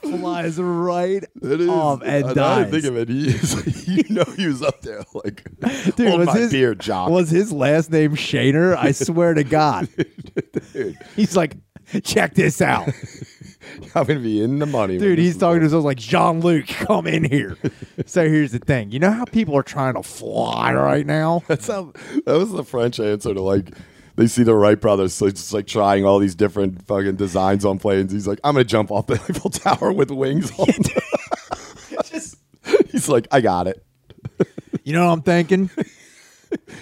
S2: Flies right
S1: [LAUGHS] It is.
S2: off and
S1: I, I
S2: dies.
S1: didn't think of it. He is, [LAUGHS] you know he was up there [LAUGHS] like
S2: Dude,
S1: on
S2: was
S1: my
S2: his,
S1: beer job.
S2: Was his last name Shaner? I swear to God.
S1: [LAUGHS]
S2: He's like, check this out.
S1: I'm gonna be in the money. when
S2: Dude,
S1: this
S2: he's
S1: is
S2: talking to himself like, Jean Luc, come in here. so here's the thing. You know how people are trying to fly right
S1: [LAUGHS]
S2: now?
S1: [LAUGHS] That's how, that was the French answer to like they see the Wright brothers, so it's just like trying all these different fucking designs on planes. He's like, I'm gonna jump off the [LAUGHS] Eiffel Tower with wings. On.
S2: Just-
S1: [LAUGHS] He's like, I got it.
S2: you know what I'm thinking?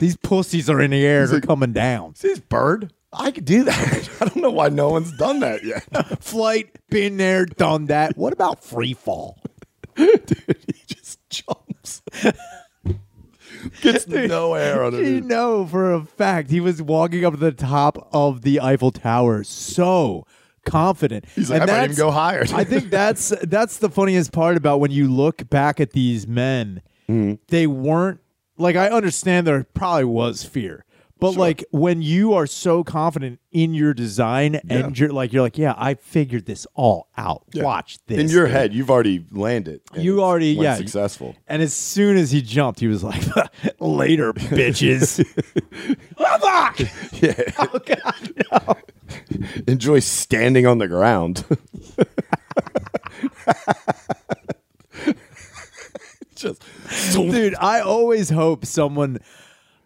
S2: These pussies are in the air. They're
S1: like-
S2: coming down.
S1: See this bird? I could do that. [LAUGHS] I don't know why no one's done that yet.
S2: Flight, been there, done that. What about free fall?
S1: Dude, [LAUGHS] he just jumps. [LAUGHS] Gets no air on
S2: You [LAUGHS]
S1: it.
S2: know for a fact he was walking up to the top of the Eiffel Tower so confident.
S1: He's like,
S2: And
S1: I might even
S2: that's-
S1: go higher.
S2: [LAUGHS] I think that's that's the funniest part about when you look back at these men.
S1: Mm-hmm.
S2: They weren't like I understand there probably was fear. But like when you are so confident in your design and you're like you're like, yeah, I figured this all out. Watch this.
S1: in your head, you've already landed. and
S2: You
S1: it's-
S2: already-
S1: went
S2: yeah.
S1: successful.
S2: and as soon as he jumped, he was like, [LAUGHS] "Later, bitches." [LAUGHS] Fuck!
S1: Yeah.
S2: Oh god.
S1: enjoy standing on the
S2: [LAUGHS]
S1: ground. [LAUGHS] Just
S2: Dude, I always hope someone.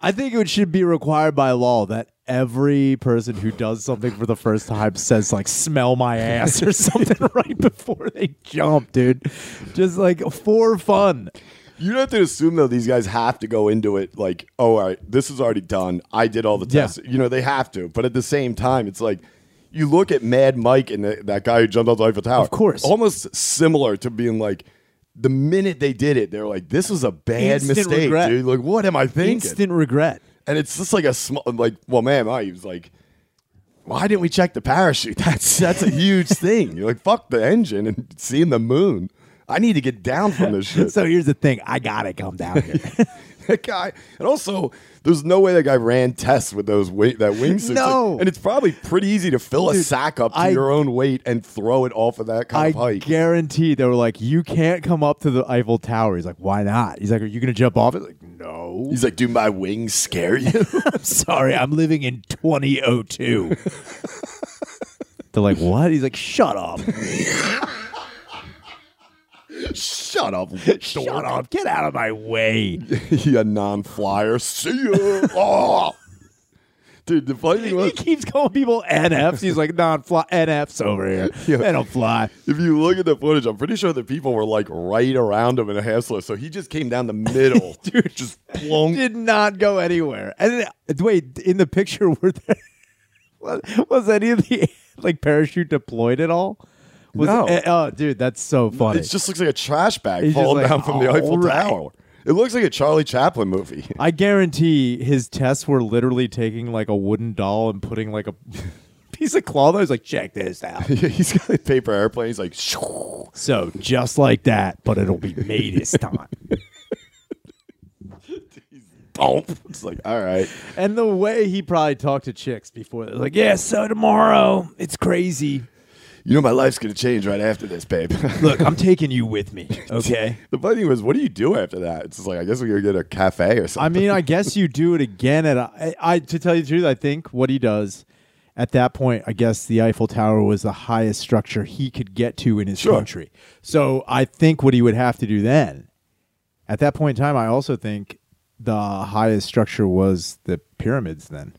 S2: I think it should be required by law that every person who does something for the first time says like "smell my ass" [LAUGHS] or something right before they jump, dude. Just like for fun.
S1: you don't have to assume though these guys have to go into it like, oh, all right, this is already done. I did all the
S2: Yeah.
S1: tests. You know, they have to. But at the same time, it's like you look at Mad Mike and the, that guy who jumped off the Eiffel Tower.
S2: Of course.
S1: almost similar to being like. The minute they did it, they're like, "This was a bad
S2: Instant
S1: mistake,
S2: regret.
S1: dude. Like, what am I thinking?"
S2: Instant regret.
S1: And it's just like a small, like, well, man, I was like, why didn't we check the parachute? [LAUGHS] That's that's a huge thing. You're like, fuck the engine and seeing the moon. I need to get down from
S2: [LAUGHS]
S1: this shit.
S2: So here's the thing. I gotta come down here.
S1: [LAUGHS] that guy, and also, there's no way that guy ran tests with those weight that wingsuit. Like-
S2: No.
S1: and it's probably pretty easy to fill a
S2: Dude,
S1: sack up to
S2: I-
S1: your own weight and throw it off of that kind
S2: I
S1: of height.
S2: guarantee they were like, "You can't come up to the Eiffel Tower." He's like, "Why not?" He's like, "Are you gonna jump off?" He's like, "No."
S1: He's like, do my wings scare you?
S2: [LAUGHS] I'm sorry, I'm living in 2002. They're like, what? He's like, shut up.
S1: Shut up,
S2: [LAUGHS] Shut up. Get out of my way. [LAUGHS]
S1: you non-flyer. See you. Oh. Ah. Dude, the funny thing
S2: He
S1: was,
S2: keeps calling people NFs. He's like, non fly NFs over here.
S1: Yo.
S2: They don't fly.
S1: if you look at the footage, I'm pretty sure the people were like right around him in a hassler. So he just came down the middle,
S2: [LAUGHS] Dude.
S1: just plunk.
S2: Did not go anywhere. And then- uh, wait, in the picture [LAUGHS] were there was, was any of the like parachute deployed at all? Was
S1: No.
S2: eh, oh, dude, that's so funny.
S1: It just looks like a trash bag
S2: He's just
S1: falling
S2: like,
S1: down from the Eiffel
S2: "All right."
S1: Tower. It looks like a Charlie Chaplin movie. [LAUGHS]
S2: I guarantee his tests were literally taking like a wooden doll and putting like a [LAUGHS] piece of cloth. I was like, check this
S1: [LAUGHS]
S2: out.
S1: Yeah, he's got a paper airplane. He's like, "Shoo."
S2: So just like that, but it'll be me this time.
S1: Bump. It's like, all right.
S2: and the way he probably talked to chicks before, they're like, yeah, so tomorrow it's crazy.
S1: You know, my life's going to change right after this, babe. [LAUGHS] the
S2: Look, I'm taking you with me, okay?
S1: funny thing was, what do you do after that? It's just like, I guess we're going to get a cafe or
S2: I
S1: something.
S2: mean, I guess you do it again at a, I, I to tell you the truth, I think what he does at that point, I guess the Eiffel Tower was the highest structure he could get to in his
S1: Sure.
S2: country. So I think what he would have to do then, at that point in time, I also think the highest structure was the pyramids then.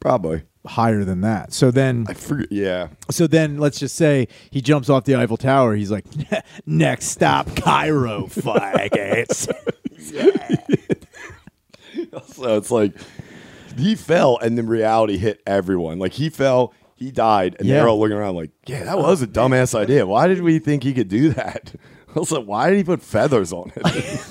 S1: Probably.
S2: Higher than that. So then
S1: I forget. Yeah.
S2: so then let's just say he jumps off the Eiffel Tower, he's like [LAUGHS] next stop Cairo [LAUGHS] faggots.
S1: So it's like, he fell and then reality hit everyone. Like, he fell, he died, and
S2: Yeah.
S1: they're all looking around like, yeah, that was a dumbass idea. Why did we think he could do that? [LAUGHS] Also, why did he put feathers on it?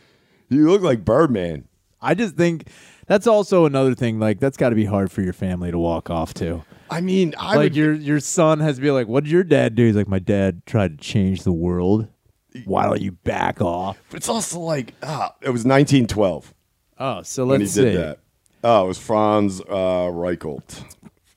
S1: [LAUGHS] you look like Birdman.
S2: I just think that's also another thing. Like that's got to be hard for your family to walk off to.
S1: I mean, I
S2: like
S1: would-
S2: your your son has to be like, "What did your dad do?" He's like, "My dad tried to change the world." Why don't you back off?
S1: But it's also like, ah, it was 1912
S2: Oh, so
S1: when he
S2: let's see.
S1: did that. Oh, it was Franz uh, Reichelt.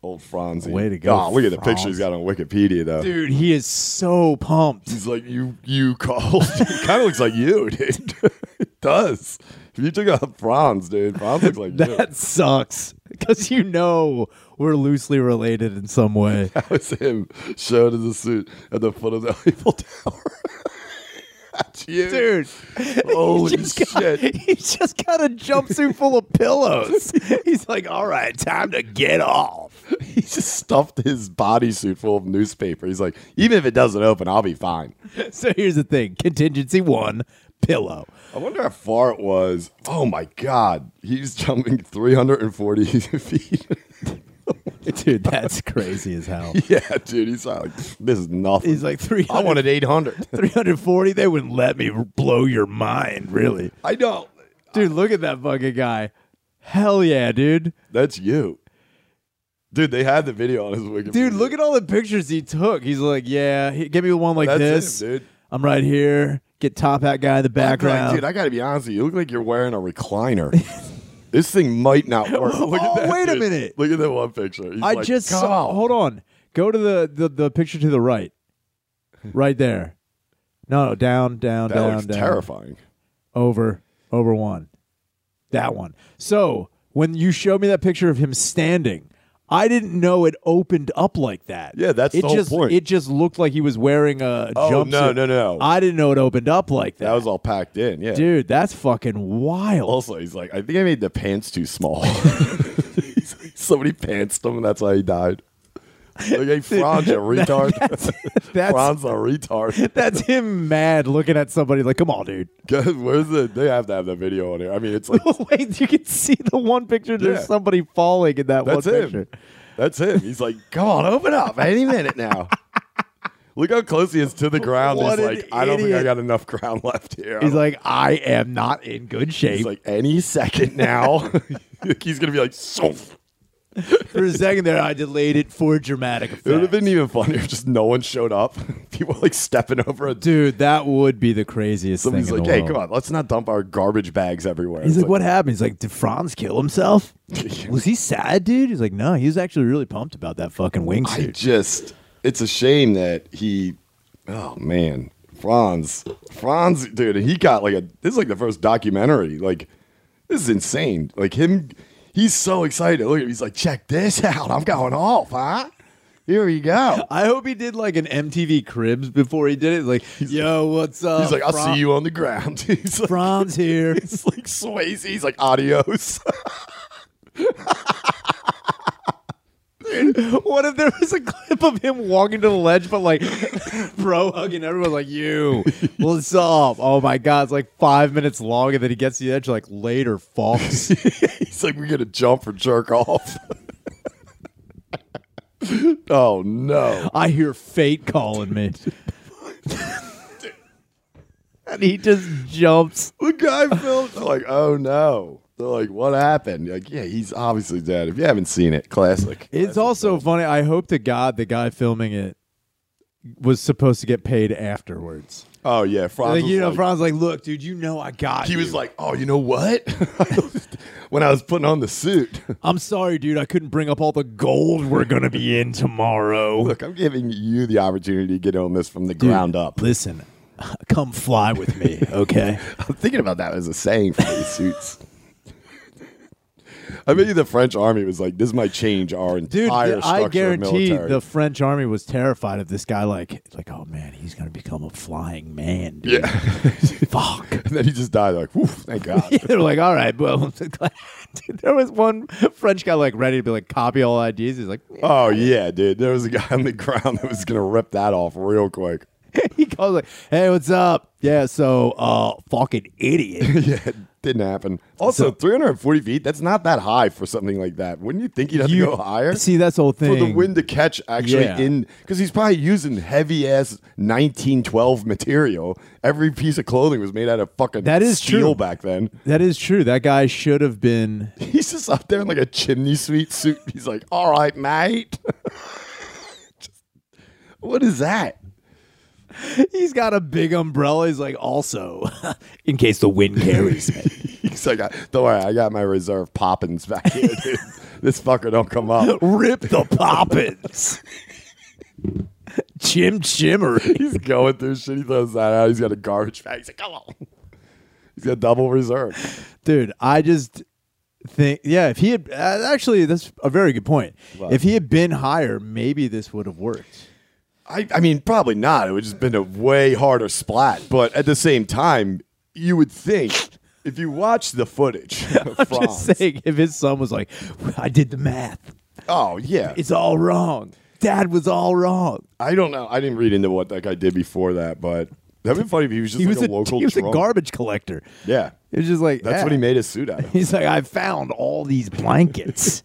S1: Old Franz.
S2: Way to go,
S1: Oh, look at the picture
S2: Franz.
S1: he's got on Wikipedia, though.
S2: Dude, he is so pumped. [LAUGHS]
S1: He's like, you you called. [LAUGHS] kind of looks like you, dude. [LAUGHS] it does. If you took out Franz, dude, Franz looks like you. [LAUGHS]
S2: That sucks because you know we're loosely related in some way.
S1: That was him showed in the suit at the foot of the [LAUGHS] Eiffel Tower. That's you.
S2: Dude,
S1: [LAUGHS] Holy
S2: he's just [LAUGHS] got,
S1: shit.
S2: he's just got a jumpsuit full of
S1: [LAUGHS]
S2: pillows. He's like, all right, time to get off.
S1: He just stuffed his bodysuit full of newspaper. He's like, even if it doesn't open, I'll be fine.
S2: [LAUGHS] So here's the thing: contingency one, pillow.
S1: I wonder how far it was. Oh my God. He's jumping 340 [LAUGHS] feet.
S2: Dude, that's crazy
S1: [LAUGHS]
S2: as hell.
S1: yeah, dude. He's like, this is nothing.
S2: He's like three
S1: I
S2: hundred.
S1: wanted 800.
S2: 340, they wouldn't let me blow your mind, really.
S1: I don't.
S2: Dude, look at that fucking guy. Hell yeah, dude.
S1: That's you. Dude, they had the video on his Wikipedia.
S2: Dude, look at all the pictures he took. He's like, yeah, he- give me one like
S1: That's
S2: this.
S1: him, dude.
S2: I'm right here. Get top hat guy in the
S1: I'd be like,
S2: background.
S1: dude, I gotta be honest with you. You look like you're wearing a recliner. [LAUGHS] this thing might not work. Look
S2: Oh,
S1: at that.
S2: [LAUGHS] wait a
S1: dude.
S2: minute.
S1: Look at that one picture. He's
S2: I
S1: like,
S2: just saw.
S1: "Carl."
S2: Hold on. Go to the, the, the picture to
S1: [LAUGHS]
S2: the right. Right there. No, no, down, down,
S1: That
S2: down,
S1: looks
S2: down.
S1: terrifying.
S2: over over one that one so when you showed me that picture of him standing i didn't know it opened up like that
S1: Yeah, that's
S2: it
S1: the whole
S2: just
S1: point.
S2: it just looked like he was wearing a
S1: Oh,
S2: jumpsuit
S1: no, no, no.
S2: i didn't know it opened up like that,
S1: That was Oh. all packed in. Yeah.
S2: dude that's fucking wild
S1: Also, he's like, I think I made the pants too small. [LAUGHS] He's like, Somebody pantsed him, and that's why he died.
S2: [LAUGHS]
S1: Like, hey, Franz, you retard.
S2: [LAUGHS]
S1: [LAUGHS]
S2: that's-
S1: Franz, a retard.
S2: that's him mad looking at somebody like come on dude [LAUGHS]
S1: Guys, Where's the? They have to have that video on here. I mean, it's like
S2: wait you can see the one picture there's
S1: Yeah.
S2: somebody falling in that
S1: That's
S2: one
S1: him.
S2: picture
S1: That's him. He's like, come on, open up any minute
S2: [LAUGHS]
S1: now. Look how close he is to the ground.
S2: What
S1: He's
S2: an
S1: like, I don't think I
S2: idiot.
S1: got enough ground left here.
S2: he's like i am not in good shape
S1: he's like any second
S2: [LAUGHS]
S1: now. [LAUGHS] he's gonna be like, so.
S2: for a second there i delayed it for dramatic effect
S1: It would have been even funnier if just no one showed up. [LAUGHS] People like stepping over a. Dude,
S2: Dude, that would be the craziest
S1: Somebody's
S2: thing. in
S1: like,
S2: the
S1: hey,
S2: world.
S1: come on, let's not dump our garbage bags everywhere.
S2: He's
S1: It's
S2: like, what happened? He's like, did Franz
S1: [LAUGHS]
S2: kill himself? [LAUGHS] was he sad, dude? He's like, no, he was actually really pumped about that fucking
S1: I
S2: wingsuit.
S1: just, it's a shame that he, oh man, Franz, Franz, dude, he got like a, this is like the first documentary. Like, this is insane. Like, him, he's so excited. Look at him. He's like, check this out. I'm going off, huh? Here we go.
S2: I, hope he did like an MTV Cribs before he did it. Like, yo, what's up?
S1: He's like, I'll
S2: Fran-
S1: see you on the ground. [LAUGHS] he's like,
S2: [LAUGHS]
S1: [LAUGHS]
S2: Franz here.
S1: he's like, Swayze. He's like, adios.
S2: Dude, [LAUGHS] what if there was a clip of him walking to the ledge, but like [LAUGHS] bro hugging everyone, like you, what's up? Oh my god, it's like five minutes long, and then he gets to the edge, like
S1: [LAUGHS]
S2: later, Fox.
S1: [LAUGHS] He's like, we're gonna jump or jerk off. [LAUGHS] oh no!
S2: I hear fate calling me. and he just jumps.
S1: The guy filmed. They're like, oh no! They're like, what happened? Like, yeah, he's obviously dead. If you haven't seen it, classic.
S2: It's also funny. I hope to God the guy filming it was supposed to get paid afterwards.
S1: Oh yeah, Franz.
S2: Like,
S1: was
S2: you know,
S1: like-
S2: Fran's like, look, dude, you know I got
S1: he
S2: you.
S1: was like, oh, you know what? [LAUGHS] when I was putting on the suit,
S2: I'm sorry, dude, I couldn't bring up all the gold we're gonna be in tomorrow.
S1: look, I'm giving you the opportunity to get on this from the ground up.
S2: Listen, come fly with me, [LAUGHS] okay?
S1: I'm thinking about that as a saying for these suits. I bet you the French army was like, "This might change our
S2: Dude,
S1: entire
S2: th-
S1: structure
S2: I
S1: of
S2: guarantee
S1: military."
S2: the French army was terrified of this guy. Like, like, oh man, he's gonna become a flying man. Dude.
S1: yeah,
S2: [LAUGHS] Fuck. [LAUGHS]
S1: and then he just died. Like, whew, thank God.
S2: They're like, all right, well, [LAUGHS] dude, there was one French guy like ready to be like copy all IDs. He's like, [LAUGHS]
S1: [LAUGHS] oh yeah, dude. There was a guy on the ground that was gonna rip that off real quick. [LAUGHS]
S2: he calls like, hey, what's up? Yeah, so uh, fucking idiot. [LAUGHS]
S1: yeah, it didn't happen. Also, 340 feet. That's not that high for something like that. Wouldn't you think he'd have
S2: You-
S1: to go higher?
S2: See, that's the whole
S1: for
S2: thing.
S1: the wind to catch actually
S2: Yeah.
S1: in because he's probably using heavy ass 1912 material. Every piece of clothing was made out of fucking
S2: That is
S1: steel
S2: true.
S1: back then. [LAUGHS]
S2: That is true. That guy should have been. [LAUGHS]
S1: He's just up there in like a chimney sweep suit. He's like, "All right, mate." [LAUGHS] Just- what is that?
S2: He's got a big umbrella. He's like, also, [LAUGHS] in case the wind carries me.
S1: He's like, "I- "Don't worry, I got my reserve poppins back
S2: [LAUGHS]
S1: here. dude. [LAUGHS] this fucker don't come up."
S2: Rip the poppins. Chim chimmery. [LAUGHS]
S1: He's going through shit. He throws that out. He's got a garbage bag. He's like, "Come on." He's got double reserve.
S2: Dude, I just think, yeah, if he had, uh, actually, that's a very good point.
S1: Wow.
S2: If he had been higher, maybe this would have worked.
S1: I, I mean, probably not. It would just been a way harder splat. But at the same time, you would think if you watch the footage, of
S2: [LAUGHS] I'm
S1: Franz-
S2: just saying, if his son was like, I did the math,
S1: oh yeah,
S2: it's all wrong. Dad was all wrong.
S1: I don't know. I didn't read into what that guy did before that, but that'd be funny if he was just
S2: He
S1: like
S2: was,
S1: a,
S2: a,
S1: local.
S2: he was a
S1: drunk.
S2: garbage collector.
S1: Yeah,
S2: It was just like
S1: that's
S2: yeah.
S1: what he made his suit out of.
S2: [LAUGHS] He's like, I found all these
S1: [LAUGHS]
S2: blankets.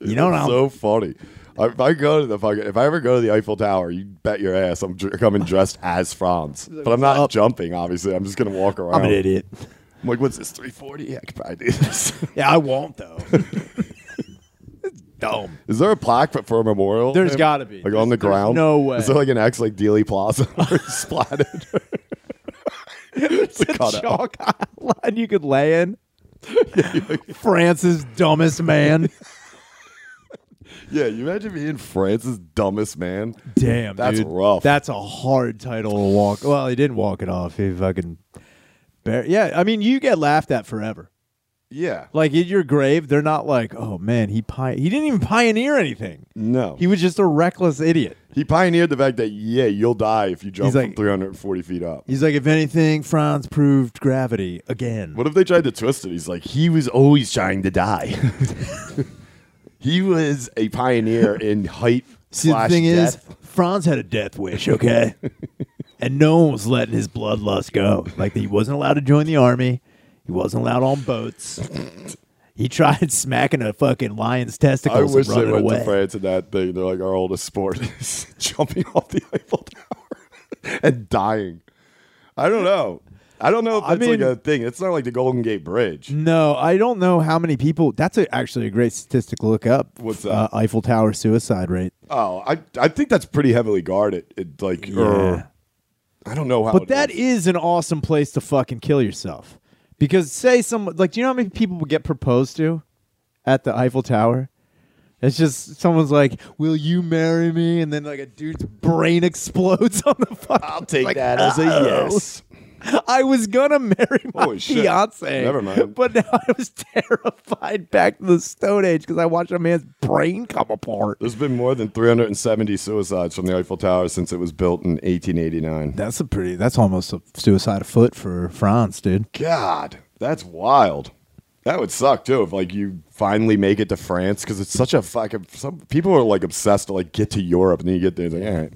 S2: you know what I'm
S1: so funny. I- If I go to the fucking, if I ever go to the Eiffel Tower, you bet your ass I'm dr- coming dressed as Franz, but I'm not jumping. Obviously, I'm just gonna walk around.
S2: I'm an idiot.
S1: I'm like, what's this? 340? Yeah, I could probably do this. [LAUGHS]
S2: Yeah, I won't though. [LAUGHS] Dumb.
S1: Is there a plaque for, for a memorial?
S2: There's
S1: There's
S2: gotta be.
S1: Like on the
S2: There's- there's
S1: ground?
S2: no way.
S1: Is there like an X like Dealey Plaza [LAUGHS] where it's
S2: [LAUGHS]
S1: splatted?
S2: [LAUGHS] It's a
S1: cutout.
S2: chalk outline you could lay in. [LAUGHS] France's dumbest [LAUGHS] man.
S1: yeah, you imagine being France's dumbest man.
S2: Damn,
S1: That's
S2: dude.
S1: rough.
S2: That's a hard title to walk. Well, he didn't walk it off. He fucking. Bar- yeah, I mean, you get laughed at forever.
S1: Yeah.
S2: Like in your grave, they're not like, oh man, he pi- he didn't even pioneer anything.
S1: No.
S2: He
S1: He,
S2: was just a reckless idiot.
S1: pioneered the fact that, yeah, you'll die if you jump from
S2: like-
S1: 340 feet up.
S2: He's like, if anything, Franz proved gravity again.
S1: What if they tried to twist it? He's like, he was always trying to [LAUGHS] die. he was a pioneer in height.
S2: See, the
S1: slash
S2: thing
S1: death.
S2: is, Franz had a death wish,
S1: [LAUGHS]
S2: okay? and no one was letting his bloodlust go. Like, he wasn't allowed to join the army, he wasn't allowed
S1: [LAUGHS]
S2: on boats. He tried smacking a fucking lion's
S1: I
S2: testicles
S1: wish
S2: and
S1: they
S2: running
S1: went
S2: away.
S1: to France in that thing. They're like our oldest sport [LAUGHS] is jumping off the Eiffel Tower and dying. I don't know. I don't know if
S2: I
S1: that's like
S2: mean-
S1: a thing. It's not like the Golden Gate Bridge.
S2: No, I don't know how many people. That's a, actually a great statistic to look up.
S1: What's
S2: Uh,
S1: that?
S2: Eiffel Tower suicide rate.
S1: Oh, I I think that's pretty heavily guarded. It like
S2: Yeah.
S1: or, I don't know how.
S2: But
S1: it
S2: that
S1: is.
S2: is an awesome place to fucking kill yourself. Because say some like do you know how many people would get proposed to at the Eiffel Tower? It's just someone's like, "Will you marry me?" and then like a dude's brain [LAUGHS] explodes on the fuck.
S1: I'll take
S2: like,
S1: that as a
S2: "Oh."
S1: yes.
S2: [LAUGHS] I was gonna marry my
S1: Holy shit.
S2: fiance.
S1: Never mind.
S2: But now [LAUGHS] I was terrified back to the Stone Age because I watched a man's brain come apart.
S1: There's been more than 370 suicides from the Eiffel Tower since it was built in 1889.
S2: That's a pretty. That's almost a suicide afoot for France, dude.
S1: God, that's wild. That would suck too if like you finally make it to France because it's such a fucking. Some people are like obsessed to like get to Europe and then you get there, it's like, all right.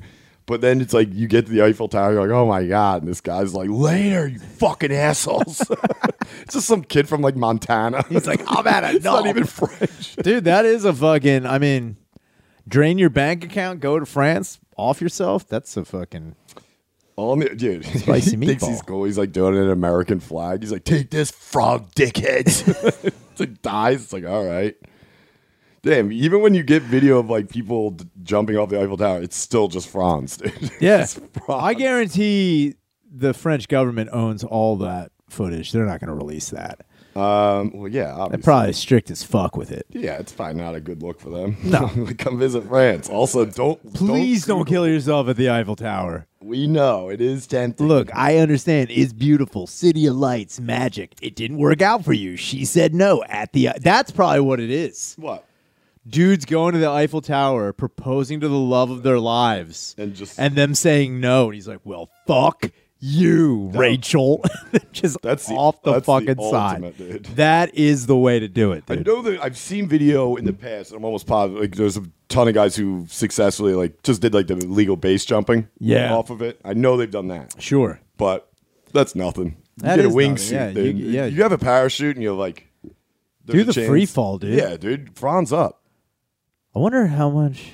S1: But then it's like you get to the Eiffel Tower, you're like, oh my god, and this guy's like, later, you fucking assholes. [LAUGHS] it's just some kid from like Montana. He's like, I'm at it. [LAUGHS] it's not even French.
S2: Dude, that is a fucking. I mean, drain your bank account, go to France, off yourself. That's a fucking.
S1: All the, dude,
S2: [LAUGHS]
S1: [LAUGHS]
S2: Spicy
S1: he thinks
S2: meatball.
S1: he's cool. He's like doing an American flag. He's like, take this frog,
S2: [LAUGHS]
S1: dickheads. it's [LAUGHS] like dies. It's like, all right. Damn, even when you get video of like people d- jumping off the Eiffel Tower, it's still just France, [LAUGHS] dude.
S2: Yeah,
S1: It's
S2: I
S1: France.
S2: guarantee the French government owns all that footage. They're not going to release that.
S1: Um, well, yeah,
S2: They're
S1: obviously.
S2: probably strict as fuck with it.
S1: yeah, it's probably not a good look for them.
S2: No.
S1: [LAUGHS] like, come visit France. Also, don't
S2: Please don't,
S1: Google-
S2: kill yourself at the Eiffel Tower.
S1: We know it is tempting.
S2: Look, I understand. It's beautiful, city of lights, magic. It didn't work out for you. She said no at the. That's probably what it is.
S1: what?
S2: Dudes going to the Eiffel Tower, proposing to the love of their lives,
S1: And just-
S2: and them saying no. And he's like, "Well, fuck you, Rachel." [LAUGHS] Just
S1: That's the-
S2: off the
S1: that's the
S2: fucking side.
S1: ultimate, dude.
S2: That is the way to do it.
S1: I
S2: dude.
S1: know that I've seen video in the past. and I'm almost positive. Like, there's a ton of guys who successfully like just did like the legal base jumping,
S2: Yeah.
S1: off of it. I know they've done that,
S2: Sure.
S1: but that's nothing. You
S2: That
S1: get a
S2: is nothing,
S1: wingsuit.
S2: yeah. You-
S1: dude. You,
S2: yeah.
S1: have a parachute, and you're like, there's
S2: Do
S1: a
S2: the
S1: chance.
S2: free fall, dude.
S1: Yeah, dude, Franz up.
S2: I wonder how much.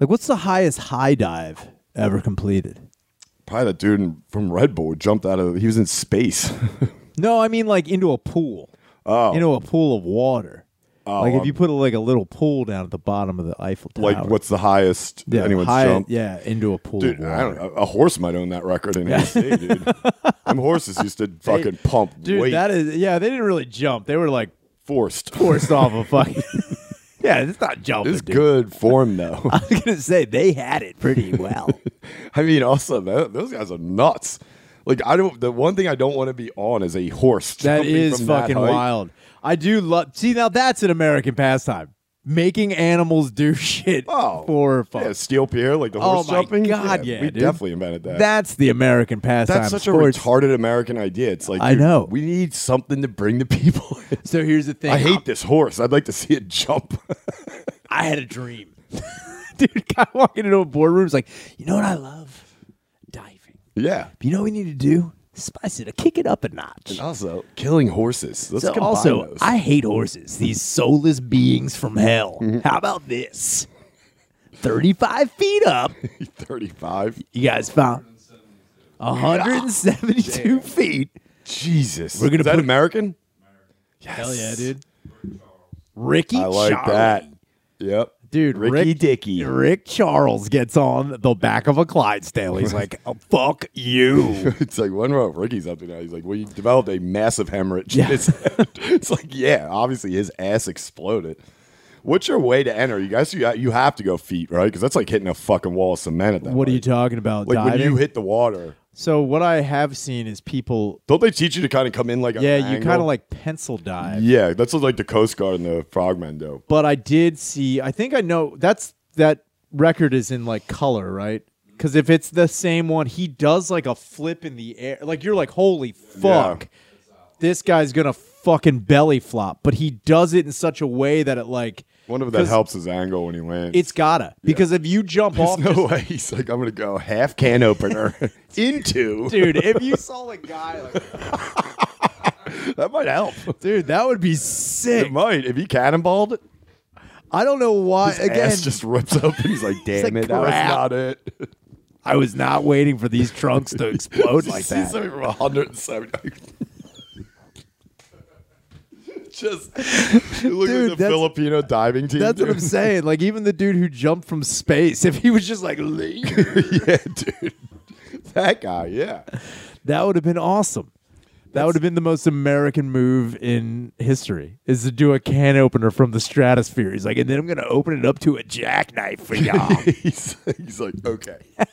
S2: Like, what's the highest high dive ever completed?
S1: Probably that dude in- from Red Bull jumped out of. He was in space. [LAUGHS]
S2: No, I mean like into a pool,
S1: oh,
S2: into a pool of water. like if you put like a little pool down at the bottom of the Eiffel Tower.
S1: like what's the highest
S2: Yeah,
S1: anyone's
S2: high-
S1: jumped?
S2: Yeah, into a pool
S1: Dude,
S2: of water.
S1: I don't know. A horse might own that record in his day, dude.
S2: [LAUGHS]
S1: Them horses used to fucking pump
S2: Dude,
S1: weight
S2: that is yeah. They didn't really jump. They were like
S1: forced.
S2: forced off a
S1: [LAUGHS]
S2: fucking. Yeah, it's not jumping.
S1: It's
S2: [LAUGHS] dude.
S1: good form though. [LAUGHS]
S2: I was gonna say they had it pretty well.
S1: I mean, also tho- those guys are nuts. Like I don't. The one thing I don't want to be on is a horse.
S2: That
S1: jumping
S2: is
S1: from that
S2: fucking
S1: height.
S2: wild. I do love. See, now that's an American pastime. Making animals do [LAUGHS] shit
S1: Oh,
S2: for fun.
S1: Yeah, steel pier, like the horse
S2: Oh my
S1: jumping.
S2: God, yeah,
S1: we
S2: dude.
S1: definitely invented that.
S2: That's the American pastime.
S1: That's such a
S2: sports.
S1: retarded American idea. It's like
S2: I
S1: dude,
S2: know.
S1: we need something to bring the people. [LAUGHS] in.
S2: So here's the thing.
S1: I hate this horse. I'd like to see it jump. [LAUGHS]
S2: I had a dream. [LAUGHS] Dude, guy walking into a boardroom is like, you know what I love? Diving.
S1: yeah.
S2: But you know what we need to do? Spice it, up, kick it up a notch.
S1: Also, killing horses. Let's
S2: So
S1: combine
S2: also,
S1: those.
S2: I hate horses. These soulless beings from hell. How about this? Thirty-five feet up.
S1: [LAUGHS] Thirty-five.
S2: You guys [LAUGHS] found 172 feet.
S1: Jesus.
S2: We're gonna
S1: is that
S2: put-
S1: American?
S2: Hell yeah, dude. Ricky
S1: I like
S2: Charlie.
S1: that. Yep.
S2: Dude,
S1: Ricky
S2: Rick-
S1: Dicky.
S2: Rick Charles gets on the back of a Clydesdale. He's [LAUGHS] like, oh, fuck you. [LAUGHS]
S1: [LAUGHS] It's like one row Ricky's up to now. He's like, well, you developed a massive hemorrhage.
S2: Yeah.
S1: In his head. [LAUGHS] It's like, yeah, obviously his ass exploded. What's your way to enter? You guys, you, you have to go feet, right? Because that's like hitting a fucking wall of cement at that.
S2: What are you
S1: point.
S2: talking about?
S1: like
S2: diving?
S1: when you hit the water?
S2: so what I have seen is people.
S1: Don't they teach you to kind of come in like?
S2: Yeah,
S1: an
S2: you
S1: angle?
S2: kind of like pencil dive.
S1: Yeah, that's what, like the Coast Guard and the Frogmen do.
S2: But I did see. I think I know that's that record is in like color, right?
S1: Mm-hmm.
S2: Because if it's the same one, he does like a flip in the air. Like you're like, holy fuck, this guy's gonna fucking belly flop. But he does it in such a way that it like
S1: Wonder if that
S2: 'Cause
S1: helps his angle when he lands.
S2: it's gotta because if you
S1: [LAUGHS]
S2: jump
S1: There's
S2: off,
S1: no [LAUGHS]
S2: just-
S1: way. He's like, I'm gonna go half can
S2: [LAUGHS]
S1: opener [LAUGHS] into.
S2: dude, if you saw a
S1: [LAUGHS]
S2: guy, like,
S1: That might
S2: [LAUGHS]
S1: help.
S2: dude, that would be sick.
S1: It might if he cannonballed it.
S2: I don't know why. again,
S1: ass just rips up and he's like, damn
S2: like,
S1: it, that was
S2: crap."
S1: not it. [LAUGHS]
S2: I was not waiting for these trunks to explode like
S1: See
S2: that.
S1: something from 170. [LAUGHS] just you look
S2: Dude,
S1: like the
S2: that's-
S1: Filipino diving team.
S2: That's what [LAUGHS] I'm
S1: dude.
S2: saying. Like even the dude who jumped from space, [LAUGHS] if he was just like, "Leave,"
S1: [LAUGHS] yeah, dude. That guy, [LAUGHS] yeah.
S2: that would have been awesome. That would have been the most American move in history is to do a can opener from the stratosphere. He's like, and then I'm gonna open it up to a jackknife for
S1: Um,
S2: y'all.
S1: he's, he's like, [LAUGHS] okay.
S2: [LAUGHS]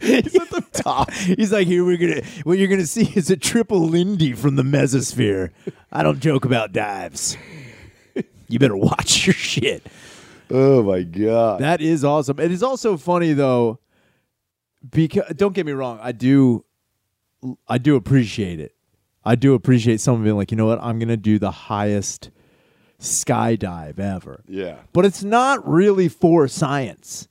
S2: He's at the top. He's like, here we're gonna what you're gonna see is a triple Lindy from the mesosphere. I don't joke about dives. You better watch your shit.
S1: Oh my god.
S2: That is awesome. It is also funny though, because don't get me wrong, I do, I do appreciate it. I do appreciate someone being like, you know what, I'm gonna do the highest skydive ever.
S1: Yeah.
S2: But it's not really for science.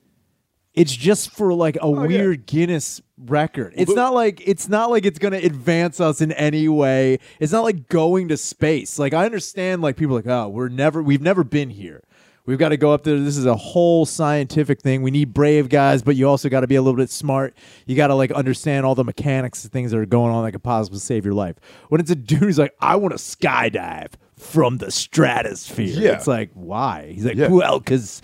S2: It's just for like a weird Guinness record. It's
S1: the-
S2: not like it's not like it's gonna advance us in any way. It's not like going to space. Like I understand like people are like, oh, we're never we've never been here. We've got to go up there. This is a whole scientific thing. We need brave guys, but you also got to be a little bit smart. You got to like understand all the mechanics and things that are going on that could possibly save your life. When it's a dude who's like, I want to skydive from the stratosphere.
S1: Yeah.
S2: It's like, why? He's like,
S1: Yeah.
S2: well, because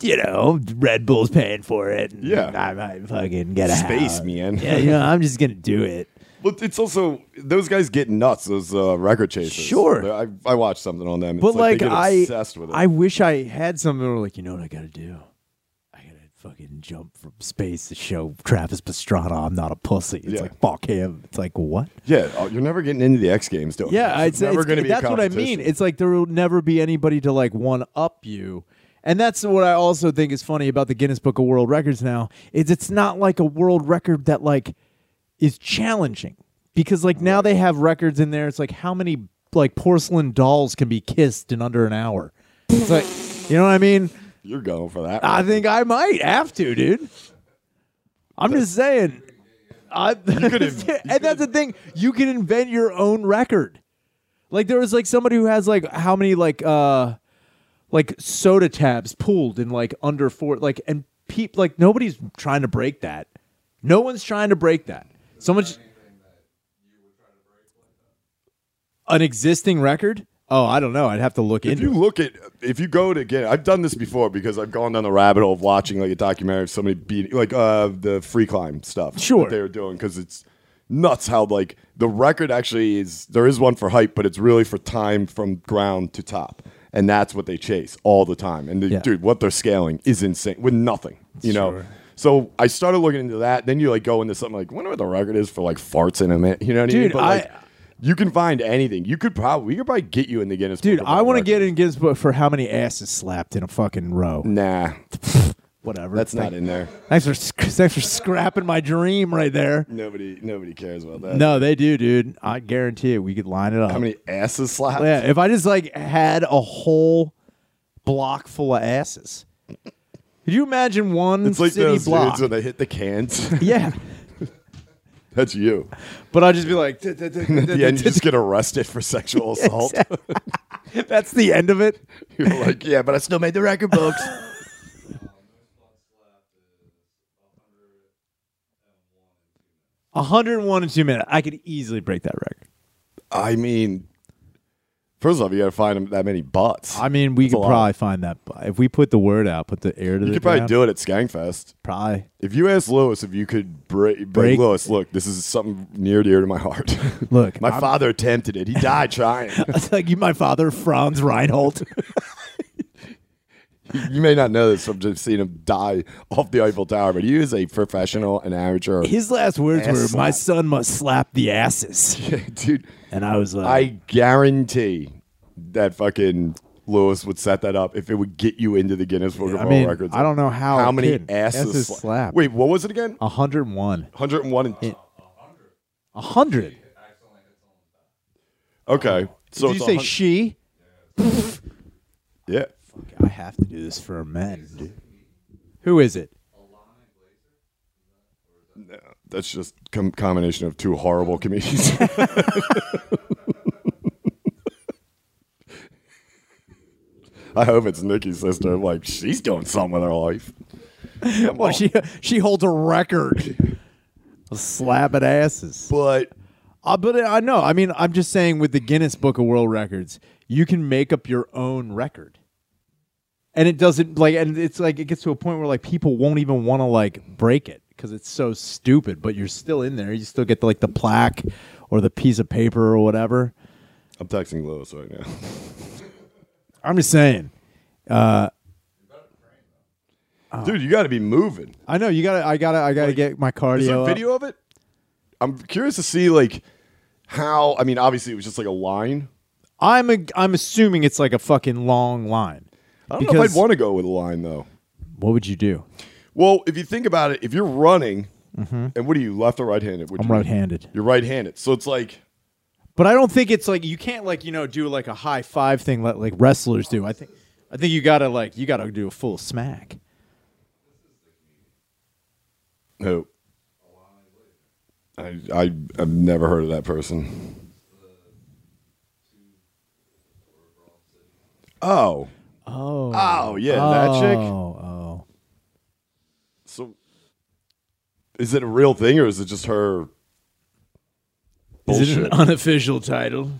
S2: you know, Red Bull's paying for it. and
S1: Yeah.
S2: I might fucking get a
S1: Space,
S2: house.
S1: man.
S2: Yeah, you know, I'm just gonna do it.
S1: But [LAUGHS] it's also those guys get nuts. Those uh, record chasers.
S2: Sure.
S1: I, I watched something on them. It's
S2: But like,
S1: they get
S2: I,
S1: obsessed with it.
S2: I wish I had something where like, you know what I gotta do? I gotta fucking jump from space to show Travis Pastrana I'm not a pussy. It's
S1: Yeah.
S2: like fuck him. It's like what?
S1: yeah, oh, you're never getting into the X Games, don't
S2: Yeah,
S1: you?
S2: it's,
S1: never
S2: it's-
S1: going to be. a
S2: That's what I mean.
S1: competition.
S2: It's like there will never be anybody to like one up you, and that's what I also think is funny about the Guinness Book of World Records now is it's not like a world record that like is challenging because like now they have records in there. It's like how many like porcelain dolls can be kissed in under an hour. It's like you know what I mean.
S1: You're going for that.
S2: I think I might have to, dude. I'm just saying. I, [LAUGHS]
S1: inv- you
S2: and that's the thing. You can invent your own record. Like there was like somebody who has like how many like uh like soda tabs pooled in like under four like and peep like nobody's trying to break that. No one's trying to break that. Someone's an existing record? Oh, I don't know. I'd have to look
S1: if
S2: into.
S1: you look at if you go to get I've done this before because I've gone down the rabbit hole of watching like a documentary of somebody beating like uh the free climb stuff
S2: Sure.
S1: that they were doing because it's nuts how like the record actually is there is one for height but it's really for time from ground to top and that's what they chase all the time and the,
S2: Yeah.
S1: dude what they're scaling is insane with nothing you know so I started looking into that then you like go into something like wonder what the record is for like farts in a minute you know what I mean
S2: Dude,
S1: but like
S2: I-
S1: you can find anything. You could probably we could probably get you in the Guinness.
S2: Dude,
S1: Book of
S2: I
S1: World
S2: want to
S1: Records.
S2: get in Guinness Book for how many asses slapped in a fucking row.
S1: Nah,
S2: Whatever.
S1: that's not in there.
S2: Thanks for sc- [LAUGHS] thanks for scrapping my dream right there.
S1: Nobody, nobody cares about that.
S2: No, they do, dude. I guarantee it. We could line it up.
S1: How many asses slapped?
S2: yeah, if I just like had a whole block full of asses. Could you imagine one
S1: It's like
S2: city
S1: those
S2: block?
S1: dudes when they hit the cans. [LAUGHS]
S2: yeah,
S1: that's you.
S2: but I'd just be like,
S1: At [LAUGHS] the end, you [LAUGHS] just get arrested for [LAUGHS] sexual assault.
S2: [LAUGHS] that's the end of it.
S1: You're like, yeah, but I still made the record [LAUGHS] books.
S2: hundred and one in two minutes. I could easily break that record.
S1: I mean, first off, you got to find 'em that many butts.
S2: I mean, we
S1: That's a
S2: could
S1: lot.
S2: probably find that bu- if we put the word out, put the air
S1: you
S2: to the
S1: could probably
S2: ground,
S1: do it at Skangfest.
S2: Probably.
S1: If you ask Lewis if you could break,
S2: Break-
S1: break Lewis, look, this is something near dear to my heart. [LAUGHS]
S2: Look,
S1: my
S2: I'm-
S1: father attempted it. He died trying.
S2: It's [LAUGHS] like you, my father, Franz Reinhold.
S1: You may not know this from just seeing him die off the Eiffel Tower, but he is a professional and amateur.
S2: [LAUGHS] His last words
S1: Ass
S2: were,
S1: slap.
S2: "My son must slap the asses,"
S1: [LAUGHS] Dude,
S2: and I was like,
S1: I guarantee that fucking Lewis would set that up if it would get you into the Guinness Book of
S2: I
S1: World
S2: mean,
S1: Records.
S2: I don't know how
S1: How
S2: a
S1: many
S2: kid-
S1: asses,
S2: asses Uh,
S1: sla-
S2: slapped.
S1: Wait, what was it again?
S2: 101.
S1: 101. And-
S2: A 100.
S1: okay. So
S2: Did
S1: it's
S2: you say
S1: 100
S2: she?
S1: yeah.
S2: I have to do this for men, dude. Who is [LAUGHS] it?
S1: That's just com- combination of two horrible comedians. [LAUGHS] I hope it's Nikki's sister. Like she's doing something with her life. Come
S2: Well,
S1: on.
S2: she she holds a record. of Slapping asses.
S1: but
S2: Uh, but I know. I mean, I'm just saying with the Guinness Book of World Records, you can make up your own record. And it doesn't like and it's like it gets to a point where like people won't even want to like break it cuz it's so stupid, but you're still in there. You still get the, like the plaque or the piece of paper or whatever.
S1: I'm texting Lewis right now.
S2: I'm just saying. Oh.
S1: Dude, you got to be moving.
S2: I know you got to I got to I got to get my cardio.
S1: Is there
S2: up.
S1: video of it? I'm curious to see like how. I mean, obviously it was just like a line.
S2: I'm a, I'm assuming it's like a fucking long line.
S1: I don't know if
S2: Because-
S1: I'd want to go with a line though.
S2: What would you do?
S1: Well, if you think about it, if you're running, and what are you, left or right handed?
S2: Mm-hmm. I'm right-handed.
S1: You're right handed, so it's like
S2: But I don't think it's like you can't like you know do like a high five thing like like wrestlers do. I think I think you gotta like you gotta do a full smack.
S1: Who? I, I I've never heard of that person. Oh.
S2: Oh,
S1: Oh yeah, that chick.
S2: Oh,
S1: So is it a real thing or is it just her
S2: is it an
S1: bullshit?
S2: unofficial title?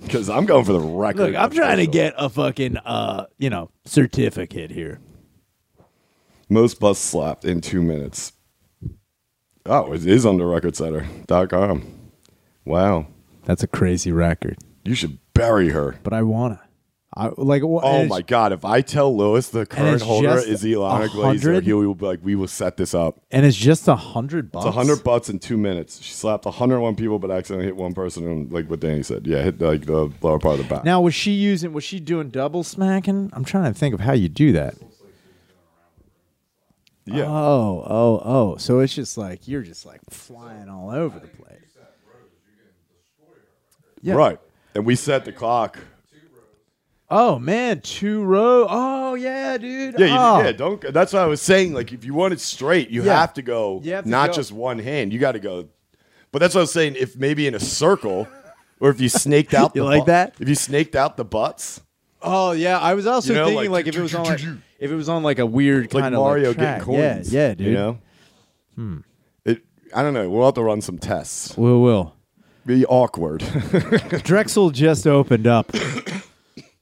S1: Because I'm going for the record.
S2: Look, I'm trying to
S1: official.
S2: get a fucking uh you know certificate here.
S1: most bus slapped in two minutes. Oh, it is on the recordsetter.com. Wow.
S2: That's a crazy record,
S1: You should bury her.
S2: but I wanna. I like. wha-
S1: Oh
S2: and
S1: my
S2: it's-
S1: God. If I tell Lewis the current
S2: it's
S1: holder
S2: just
S1: is Ilana
S2: a
S1: Glazer,
S2: hundred?
S1: he will be like, we will set this up.
S2: And it's just a hundred bucks.
S1: It's 100 bucks in two minutes. She slapped 101 people, but accidentally hit one person. And like what Danny said, yeah, hit like the lower part of the back.
S2: Now was she using? Was she doing double smacking? I'm trying to think of how you do that.
S1: yeah.
S2: Oh, oh, oh. So it's just like you're just like flying all over the place. Yeah.
S1: Right. And we set the clock.
S2: Oh man, two row. Oh yeah, dude.
S1: Yeah, you,
S2: oh.
S1: yeah. Don't. That's what I was saying. Like, if you want it straight, you
S2: Yeah.
S1: have to go.
S2: You have to
S1: not
S2: go.
S1: just one hand. You got to go. But that's what I was saying. If maybe in a circle, or if you snaked out,
S2: [LAUGHS] You
S1: the
S2: like
S1: butt-
S2: that?
S1: If you snaked out the butts,
S2: Oh yeah. I was also
S1: You know,
S2: thinking
S1: like,
S2: like, if it was
S1: [LAUGHS]
S2: on like if it was on like a weird
S1: like
S2: kind of
S1: Mario
S2: track.
S1: getting coins.
S2: Yeah, yeah, dude.
S1: You know. It. I don't know. We'll have to run some tests.
S2: Will will.
S1: Be
S2: [LAUGHS]
S1: awkward.
S2: Drexel just opened up.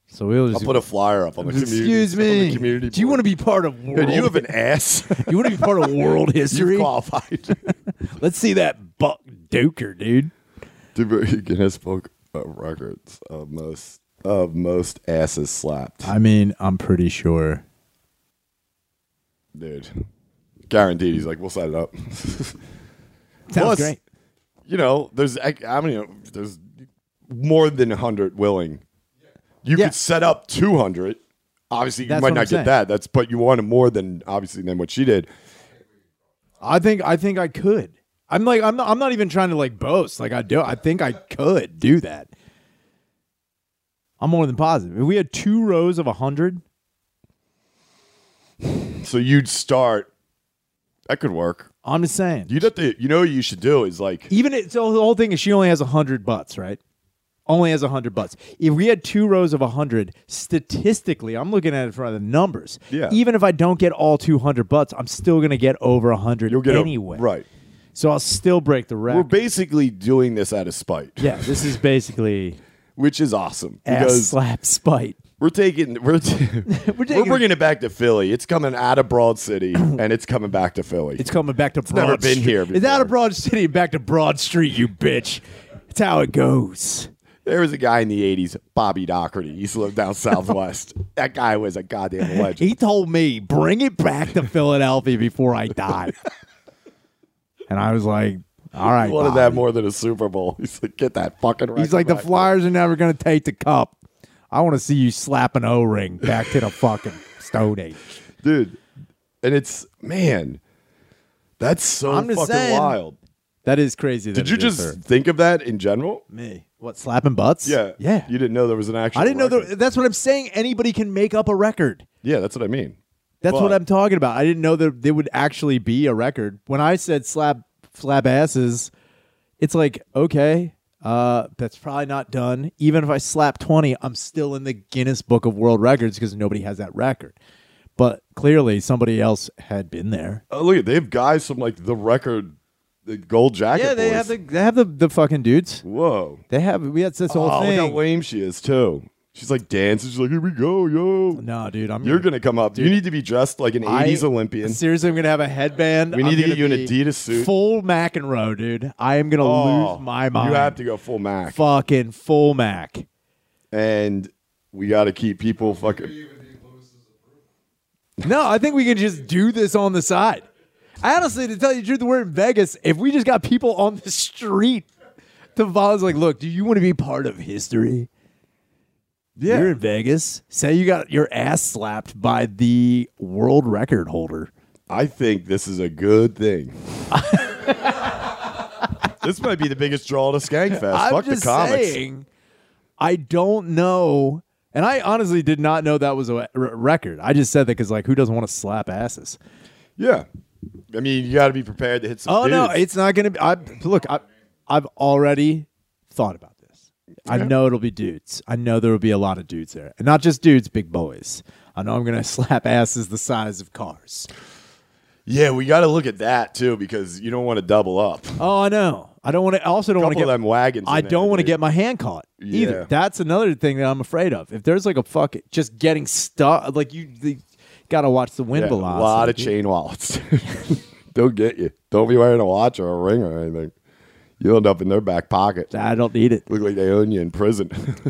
S2: So we'll
S1: I'll
S2: just
S1: put a flyer up on the community.
S2: Excuse
S1: on the
S2: me.
S1: community
S2: Do you want
S1: board.
S2: to be part of world?
S1: Dude, you have an ass.
S2: [LAUGHS]
S1: [LAUGHS]
S2: you want to be part of world
S1: you
S2: history? [LAUGHS]
S1: qualified.
S2: Let's see that Buck Duker, dude.
S1: Dude, but Guinness Book of Records of most of most asses slapped.
S2: I mean, I'm pretty sure.
S1: dude. Guaranteed. He's like, we'll set it up. [LAUGHS]
S2: Sounds
S1: Plus,
S2: great.
S1: You know, there's I, I mean, there's more than hundred willing. You
S2: Yeah.
S1: could set up two hundred. Obviously, you
S2: That's
S1: might
S2: what
S1: not
S2: I'm
S1: get
S2: saying.
S1: that. That's but you wanted more than obviously than what she did.
S2: I think I think I could. I'm like I'm not, I'm not even trying to like boast. Like I do. I think I could do that. I'm more than positive. If we had two rows of a hundred,
S1: So you'd start. That could work.
S2: I'm just saying.
S1: You'd have to. You know, what you should do is like
S2: even it, so the whole thing is she only has a hundred butts, right? Only has a hundred butts. If we had two rows of a hundred, statistically, I'm looking at it from the numbers.
S1: Yeah.
S2: Even if I don't get all two hundred butts, I'm still gonna get over a hundred
S1: you'll get a-
S2: anyway.
S1: right.
S2: So I'll still break the
S1: We're
S2: record.
S1: basically doing this out of spite,
S2: yeah, this is basically
S1: which is awesome [LAUGHS]
S2: ass
S1: because
S2: slap spite.
S1: We're taking we're
S2: [LAUGHS]
S1: t- we're,
S2: taking-
S1: bringing it back to Philly. It's coming out of Broad
S2: [COUGHS]
S1: City and it's coming back to Philly.
S2: It's coming back to Broad
S1: never been
S2: Street.
S1: here
S2: It's out of
S1: before.
S2: Broad City and back to Broad Street, you bitch. It's how it goes.
S1: there was a guy in the '80s, Bobby Doherty. He used to live down [LAUGHS] Southwest. that guy was a goddamn legend.
S2: He told me, bring it back to Philadelphia before I die. and I was like, all right.
S1: He wanted
S2: Bobby.
S1: that more than a Super Bowl. He's like, get that fucking.
S2: He's like, the
S1: record back."
S2: Flyers are never going to take the cup. I want to see you slap an O ring back to the fucking Stone Age.
S1: dude. And it's man, that's so
S2: I'm just
S1: fucking
S2: saying.
S1: wild.
S2: That is crazy. that
S1: Did you
S2: it is
S1: just
S2: her.
S1: think of that in general?
S2: me? What slapping butts?
S1: Yeah,
S2: yeah.
S1: You didn't know there was an actual.
S2: I didn't know
S1: record.
S2: that. That's what I'm saying. Anybody can make up a record.
S1: Yeah, that's what I mean.
S2: That's what
S1: But-
S2: I'm talking about. I didn't know that there would actually be a record. When I said slap slap asses, it's like okay, uh, that's probably not done. Even if I slap twenty, I'm still in the Guinness Book of World Records because nobody has that record. But clearly, somebody else had been there.
S1: Oh, look, they have guys from like the record, the Gold Jacket. boys.
S2: they have the the fucking dudes.
S1: Whoa.
S2: They have we had this
S1: oh, look how lame she is too. She's like dancing. She's like, here we go, yo.
S2: No, dude, I'm
S1: You're gonna come up. You need to be dressed like an
S2: I-
S1: '80s Olympian.
S2: Seriously, I'm gonna have a headband.
S1: We
S2: I'm
S1: need to get
S2: gonna
S1: you an
S2: be
S1: Adidas suit.
S2: Full McEnroe, dude. I am gonna
S1: Oh,
S2: lose my mind.
S1: You have to go full Mac,
S2: fucking full Mac.
S1: and we got to keep people fucking.
S2: No, I think we can just do this on the side. Honestly, to tell you the truth, we're in Vegas. If we just got people on the street, to Vaughn's like, look, do you want to be part of history?
S1: Yeah.
S2: You're in Vegas. Say you got your ass slapped by the world record holder. [LAUGHS]
S1: I think this is a good thing. this might be the biggest draw to Skankfest.
S2: I'm
S1: Fuck
S2: just
S1: the comics.
S2: saying, I don't know. And I honestly did not know that was a re- record. I just said that because, like, who doesn't want to slap asses?
S1: Yeah. I mean, you got to be prepared to hit some.
S2: Oh no,
S1: dudes.
S2: it's not going to be. I look, I, I've already thought about this. I know it'll be dudes. I know there will be a lot of dudes there, and not just dudes, big boys. I know I'm going to [LAUGHS] slap asses the size of cars.
S1: yeah, we got to look at that too because you don't want to double up.
S2: Oh, I know. I don't want to. Also, don't want
S1: Couple
S2: to
S1: of
S2: get
S1: them wagons.
S2: I
S1: in there,
S2: don't want to
S1: dude.
S2: get my hand caught
S1: Yeah.
S2: either. That's another thing that I'm afraid of. If there's like a fuck, it, just getting stuck, like you, the, gotta watch the wind
S1: Yeah,
S2: velocity.
S1: A lot of
S2: dude.
S1: chain wallets. [LAUGHS] They'll get you. Don't be wearing a watch or a ring or anything. You'll end up in their back pocket.
S2: I don't need it.
S1: Look like they own you in prison. [LAUGHS]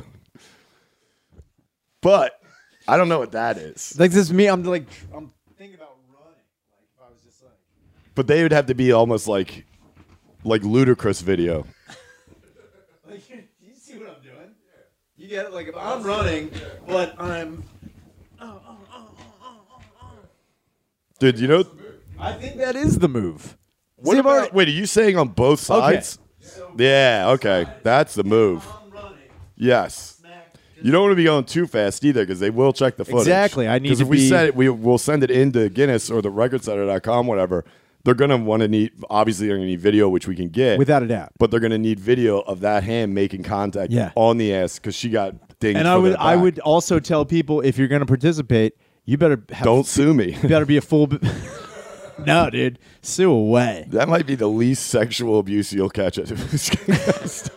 S1: but I don't know what that is.
S2: Like this, is me. I'm like, tr- I'm thinking about running. Like if I was just like,
S1: But they would have to be almost like like ludicrous video.
S2: like you, [LAUGHS] you see what I'm doing? You get it? Like if I'm running, but I'm,
S1: Dude, you know
S2: I think that is the move.
S1: what
S2: See, I've
S1: about,
S2: already-
S1: wait, are you saying on both sides? Yeah, okay. That's the move.
S2: I'm running.
S1: Yes. You don't want to be going too fast either because they will check the footage.
S2: Exactly. I need
S1: 'Cause
S2: to
S1: if we
S2: be-
S1: send it, we will send it into Guinness or the recordsetter.com, whatever. They're going to want to need, obviously, they're going to need video, which we can get.
S2: Without a doubt.
S1: But they're going to need video of that hand making contact
S2: Yeah.
S1: on the ass because she got dinged.
S2: And I
S1: for
S2: would,
S1: their
S2: I
S1: back.
S2: would also tell people if you're gonna participate, you better have
S1: Don't sue me.
S2: You better be a full. b- [LAUGHS] no, dude, sue away.
S1: that might be the least sexual abuse you'll catch at this [LAUGHS] cast.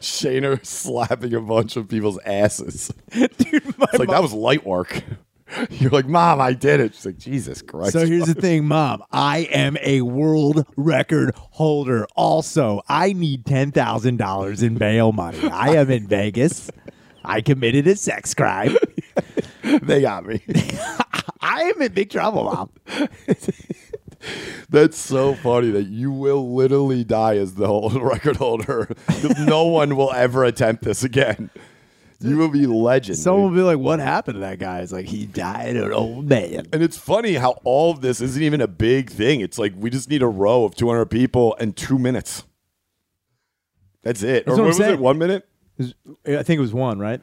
S1: Shayner slapping a bunch of people's asses.
S2: [LAUGHS] Dude, [LAUGHS] my
S1: It's like, that was light work. [LAUGHS] You're like, Mom, I did it. She's like, Jesus Christ.
S2: So here's the thing, Mom. I am a world record holder. Also, I need ten thousand dollars in bail money. I am in Vegas. I committed a sex crime. [LAUGHS]
S1: they got me. [LAUGHS]
S2: I am in big trouble, Mom.
S1: That's so funny that you will literally die as the whole [LAUGHS] record holder. no one will ever attempt this again. You will be legend.
S2: Someone
S1: dude.
S2: will be like, "What happened to that guy?" It's like he died an old man.
S1: And it's funny how all of this isn't even a big thing. It's like we just need a row of 200 people and two minutes. That's it. or
S2: what I'm
S1: was it?
S2: saying.
S1: One minute?
S2: I think it was one, right?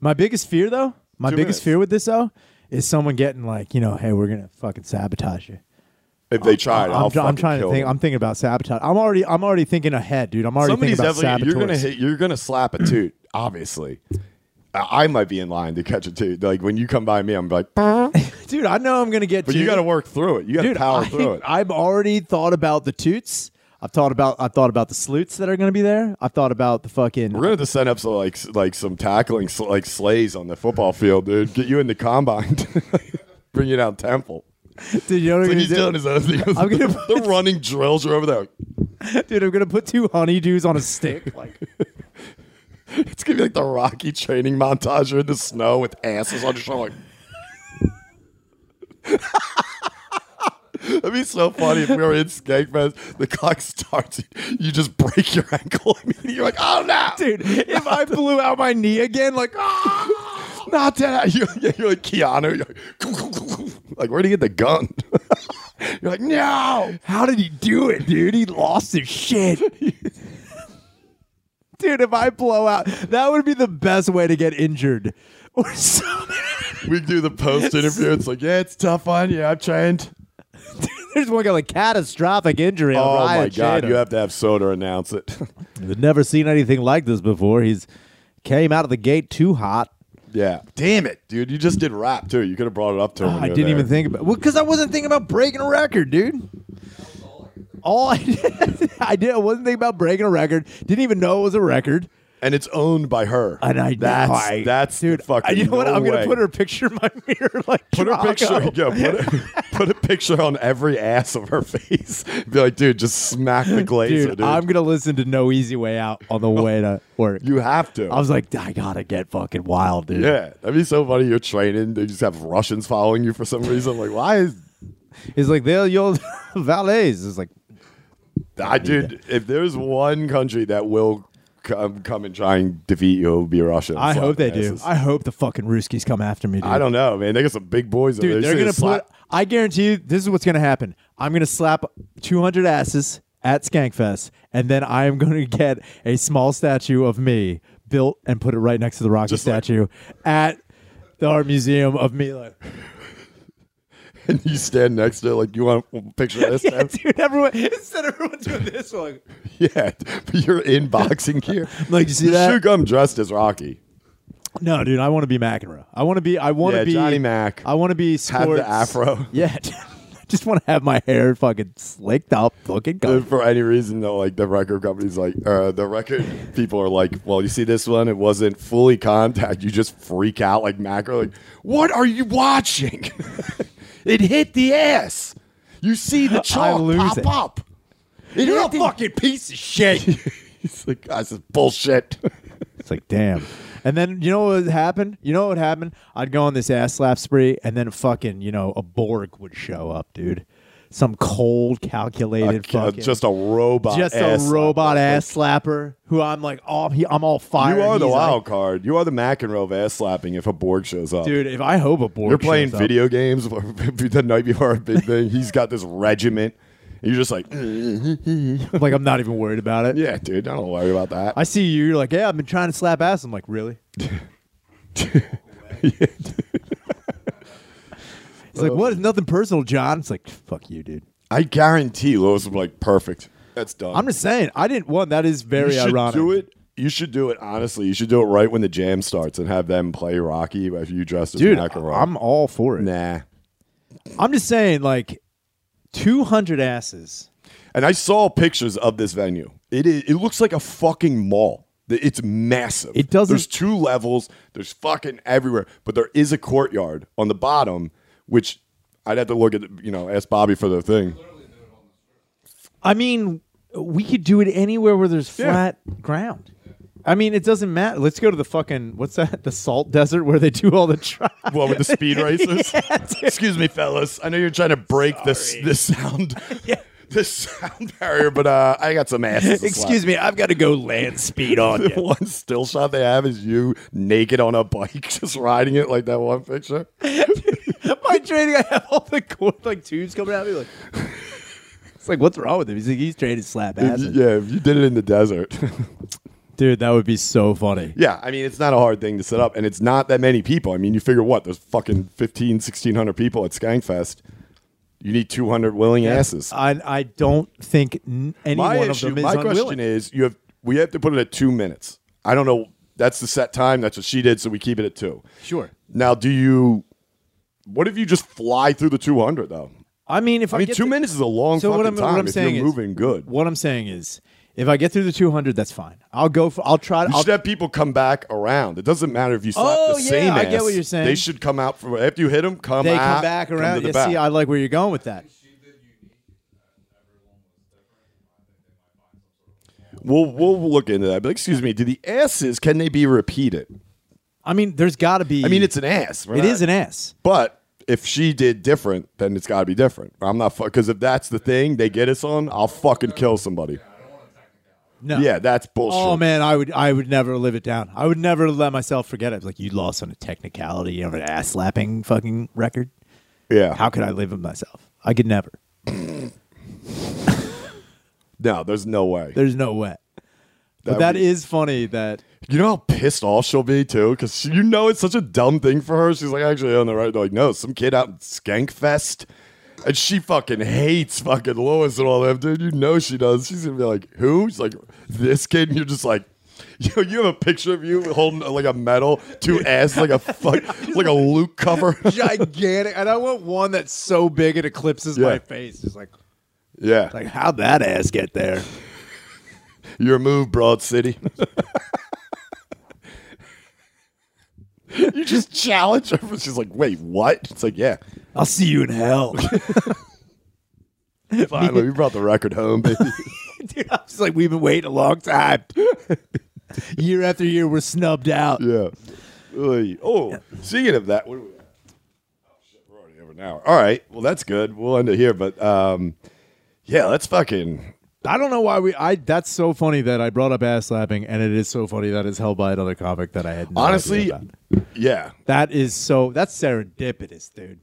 S2: My biggest fear, though, my
S1: Two
S2: biggest
S1: minutes.
S2: fear with this, though, is someone getting like, you know, hey, we're gonna fucking sabotage you.
S1: If they tried,
S2: I'm,
S1: I'll
S2: tr- I'm
S1: fucking
S2: trying to
S1: kill
S2: think.
S1: them.
S2: I'm thinking about sabotage. I'm already, I'm already thinking ahead, dude. I'm already
S1: Somebody's
S2: thinking about
S1: definitely
S2: saboteurs.
S1: you're gonna hit you're gonna slap a toot, obviously. I I might be in line to catch a toot. Like when you come by me, I'm like, but
S2: dude. I know I'm gonna get.
S1: you
S2: tooted.
S1: got to work through it. You got to
S2: dude.
S1: power
S2: I,
S1: through it.
S2: I've already thought about the toots. I've thought about, I thought about the sleuts that are gonna be there. I've thought about the fucking.
S1: We're gonna have to send up some like s- like some tackling sl- like sleighs on the football field, dude. Get you in the combine, [LAUGHS] bring you down Temple.
S2: [LAUGHS] Dude, you know what
S1: But
S2: I'm
S1: he's
S2: gonna do?
S1: doing his own thing.
S2: I'm gonna
S1: the running drills are over there.
S2: Dude, I'm gonna put two honeydews on a stick. [LAUGHS] Like,
S1: It's gonna be like the Rocky training montage You're in the snow with asses on your shoulder. [LAUGHS] That'd be so funny if we were in Skankfest. The clock starts, you just break your ankle. [LAUGHS] immediately. You're like, oh no,
S2: dude, if [LAUGHS] I blew out my knee again, like, ah!
S1: not that. You're, you're like Keanu. You're like, [LAUGHS] like, where'd he get the gun? you're like, no.
S2: how did he do it, dude? He lost his shit. [LAUGHS] dude, if I blow out, that would be the best way to get injured. [LAUGHS] Or something.
S1: We do the post interview. It's like, yeah, it's tough on you. I've trained.
S2: [LAUGHS] There's one guy like catastrophic injury. on
S1: Oh my
S2: Ryan
S1: God.
S2: Shader.
S1: You have to have Soda announce
S2: [LAUGHS]
S1: it.
S2: We've never seen anything like this before. He's came out of the gate too hot.
S1: yeah. Damn it, dude. You just did rap too. You could have brought it up to him. when
S2: Ah, I
S1: you were
S2: didn't
S1: there.
S2: even think about well, because I wasn't thinking about breaking a record, dude. All I [LAUGHS] did, I did, I wasn't thinking about breaking a record. Didn't even know it was a record.
S1: And it's owned by her.
S2: And I
S1: that's
S2: I-
S1: that's
S2: dude. I,
S1: Fucking
S2: you know what?
S1: no
S2: I'm
S1: way.
S2: gonna put her picture in my [LAUGHS] mirror. Like
S1: Put a
S2: Drago.
S1: picture, yeah,
S2: [LAUGHS]
S1: put, a, put a picture on every ass of her [LAUGHS] face. Be like, dude, just smack the glazer,
S2: dude,
S1: dude.
S2: I'm gonna listen to No Easy Way Out on the way to work.
S1: you have to.
S2: I was like, I gotta get fucking wild, dude.
S1: Yeah, that'd be so funny. You're training, they just have Russians following you for some reason. Like, why is
S2: He's like, they're your [LAUGHS] valets. It's like,
S1: I, dude? If there's one country that will come come and try and defeat you, it'll be Russia.
S2: I
S1: Slap
S2: hope they
S1: their
S2: do.
S1: asses.
S2: I hope the fucking Ruskies come after me, dude.
S1: I don't know, man. They got some big boys. over
S2: Dude,
S1: there.
S2: they're
S1: You
S2: gonna
S1: see the slap-
S2: put. I guarantee you, this is what's gonna happen. I'm gonna slap 200 asses at Skankfest, and then I am going to [LAUGHS] get a small statue of me built and put it right next to the Rocky
S1: Just like-
S2: statue at the art museum
S1: [LAUGHS]
S2: of Mila. [LAUGHS]
S1: and you stand next to it like you want a picture of this
S2: [LAUGHS]
S1: now?
S2: Yeah, dude, everyone instead of everyone doing this one.
S1: Yeah, [LAUGHS] but you're in boxing gear.
S2: [LAUGHS] Like, you see
S1: you
S2: that?
S1: should come dressed as Rocky.
S2: No, dude, I want to be McEnroe. I want to be. I want to
S1: Yeah,
S2: be
S1: Johnny Mac.
S2: I want to be
S1: Have
S2: sports.
S1: the afro.
S2: [LAUGHS] Yeah, dude, I just want to have my hair fucking slicked up, fucking
S1: And
S2: good.
S1: Uh, for any reason though, like the record companies, like uh, the record people are like, well, you see this one, it wasn't fully contact. You just freak out like macro, like, what are you watching? [LAUGHS] it hit the ass. You see
S2: [LAUGHS]
S1: the chalk
S2: lose
S1: pop
S2: it.
S1: up. It
S2: You're
S1: hit
S2: a
S1: the-
S2: fucking piece of [LAUGHS] shit.
S1: [LAUGHS] He's like, "Guys, this is bullshit.
S2: It's like, damn. And then you know what happened? You know what happened? I'd go on this ass slap spree, and then fucking, you know, a Borg would show up, dude. Some cold, [LAUGHS] calculated
S1: Uh,
S2: fucking,
S1: just a robot.
S2: just a
S1: ass
S2: robot
S1: slapper.
S2: ass slapper who I'm like, oh, he, I'm all fired.
S1: You are the
S2: He's
S1: wild
S2: like-
S1: card. You are the McEnroe of ass slapping if a Borg shows up.
S2: dude. If I hope a Borg,
S1: You're playing
S2: shows up-
S1: video games [LAUGHS] the night before a big thing. He's got this regiment. And you're just like,
S2: [LAUGHS]
S1: "Mm,
S2: like I'm not even worried about it.
S1: yeah, dude, I don't worry about that.
S2: I see you. You're like, yeah, I've been trying to slap ass. I'm like,
S1: [LAUGHS]
S2: really? It's like,
S1: Oh.
S2: what? It's nothing personal, John. It's like, fuck you, dude.
S1: I guarantee Lois would be like, perfect. That's done.
S2: I'm just saying, I didn't. One, that is
S1: you
S2: very
S1: should
S2: ironic.
S1: do it. You should do it. Honestly, you should do it right when the jam starts and have them play Rocky if you dressed as
S2: dude.
S1: McEnroe.
S2: I'm all for it.
S1: nah.
S2: I'm just saying, like, 200 asses.
S1: And I saw pictures of this venue. It is, it looks like a fucking mall. Th- It's massive.
S2: It doesn't-
S1: There's two levels. There's fucking everywhere. But there is a courtyard on the bottom, which I'd have to look at. You know, ask Bobby for the thing.
S2: I mean, we could do it anywhere where there's
S1: Yeah.
S2: flat ground. I mean, it doesn't matter. Let's go to the fucking what's that? The salt desert where they do all the trials.
S1: What with the
S2: [LAUGHS]
S1: speed races? Excuse me, fellas. I know you're trying to break this this
S2: [LAUGHS]
S1: sound. [LAUGHS] This sound barrier, but uh, I got some asses. to slap.
S2: Excuse me, I've got to go land speed on
S1: [LAUGHS] The [LAUGHS]
S2: you.
S1: one still shot they have is you naked on a bike, [LAUGHS] just riding it like that one picture.
S2: My training, I have all the cord like tubes coming out of me. Like, [LAUGHS] it's like, what's wrong with him? He's like, he's trained to slap
S1: If you- yeah, if you did it in the desert. [LAUGHS]
S2: Dude, that would be so funny.
S1: Yeah, I mean, it's not a hard thing to set up, and it's not that many people. I mean, you figure what? There's fucking 15, 1,600 people at Skankfest. You need 200 willing asses.
S2: I I don't think n- any
S1: my
S2: one
S1: issue,
S2: of them is
S1: my
S2: unwilling.
S1: question is, you have we have to put it at two minutes. I don't know. That's the set time. That's what she did, so we keep it at two.
S2: Sure.
S1: Now, do you? What if you just fly through the 200 though?
S2: I mean, if I,
S1: I mean,
S2: get
S1: two
S2: to-
S1: minutes is a long
S2: So
S1: fucking
S2: what I'm,
S1: time
S2: what I'm
S1: if
S2: saying
S1: you're
S2: is,
S1: moving good.
S2: What I'm saying is, if I get through the 200, that's fine. I'll go for. I'll try.
S1: You
S2: I'll,
S1: should have people come back around. It doesn't matter if you slap
S2: Oh,
S1: the
S2: yeah,
S1: same
S2: I get
S1: ass.
S2: what you're saying.
S1: They should come out for after you hit them. Come
S2: they
S1: out,
S2: come back
S1: to
S2: around.
S1: the
S2: Yeah,
S1: back.
S2: see, I like where you're going with that.
S1: we'll we'll look into that. But excuse me, do the asses can they be repeated?
S2: I mean, there's got to be.
S1: I mean, it's an ass. We're
S2: it
S1: not-
S2: is an ass.
S1: But if she did different, then it's got to be different. I'm not because if that's the thing they get us on, I'll fucking kill somebody.
S2: No.
S1: Yeah, that's bullshit.
S2: Oh man, I would I would never live it down. I would never let myself forget it. Like you lost on a technicality of an ass slapping fucking record.
S1: Yeah.
S2: How could I live with myself? I could never.
S1: no, there's no way.
S2: There's no way.
S1: That
S2: But that
S1: would-
S2: is funny that
S1: You know how pissed off she'll be too, because you know it's such a dumb thing for her. She's like, actually, on the right, They're like, no, some kid out in Skankfest, and she fucking hates fucking Lois and all them, dude. You know she does. She's gonna be like, who? She's like, this kid. And you're just like, [LAUGHS] yo, you have a picture of you holding like a medal, two ass, like a fuck, like a Luke cover. [LAUGHS]
S2: gigantic, and I want one that's so big it eclipses
S1: Yeah.
S2: my face. It's like
S1: yeah,
S2: Like, how'd that ass get there?
S1: your move, Broad City. [LAUGHS] you just challenge her. She's like, wait, what? It's like, yeah.
S2: I'll see you in [LAUGHS] hell.
S1: Finally,
S2: [LAUGHS]
S1: we brought the record home, baby.
S2: Dude, I was like, we've been waiting a long time. year after year, we're snubbed out.
S1: yeah. Oy. Oh, speaking of that, what are we at? Oh, shit, we're already over an hour. All right. Well, that's good. We'll end it here. But um, yeah, let's fucking.
S2: I don't know why we. I that's so funny that I brought up ass slapping, and it is so funny that it's held by another comic that I had. No
S1: Honestly,
S2: idea about.
S1: yeah.
S2: that is so. That's serendipitous, dude.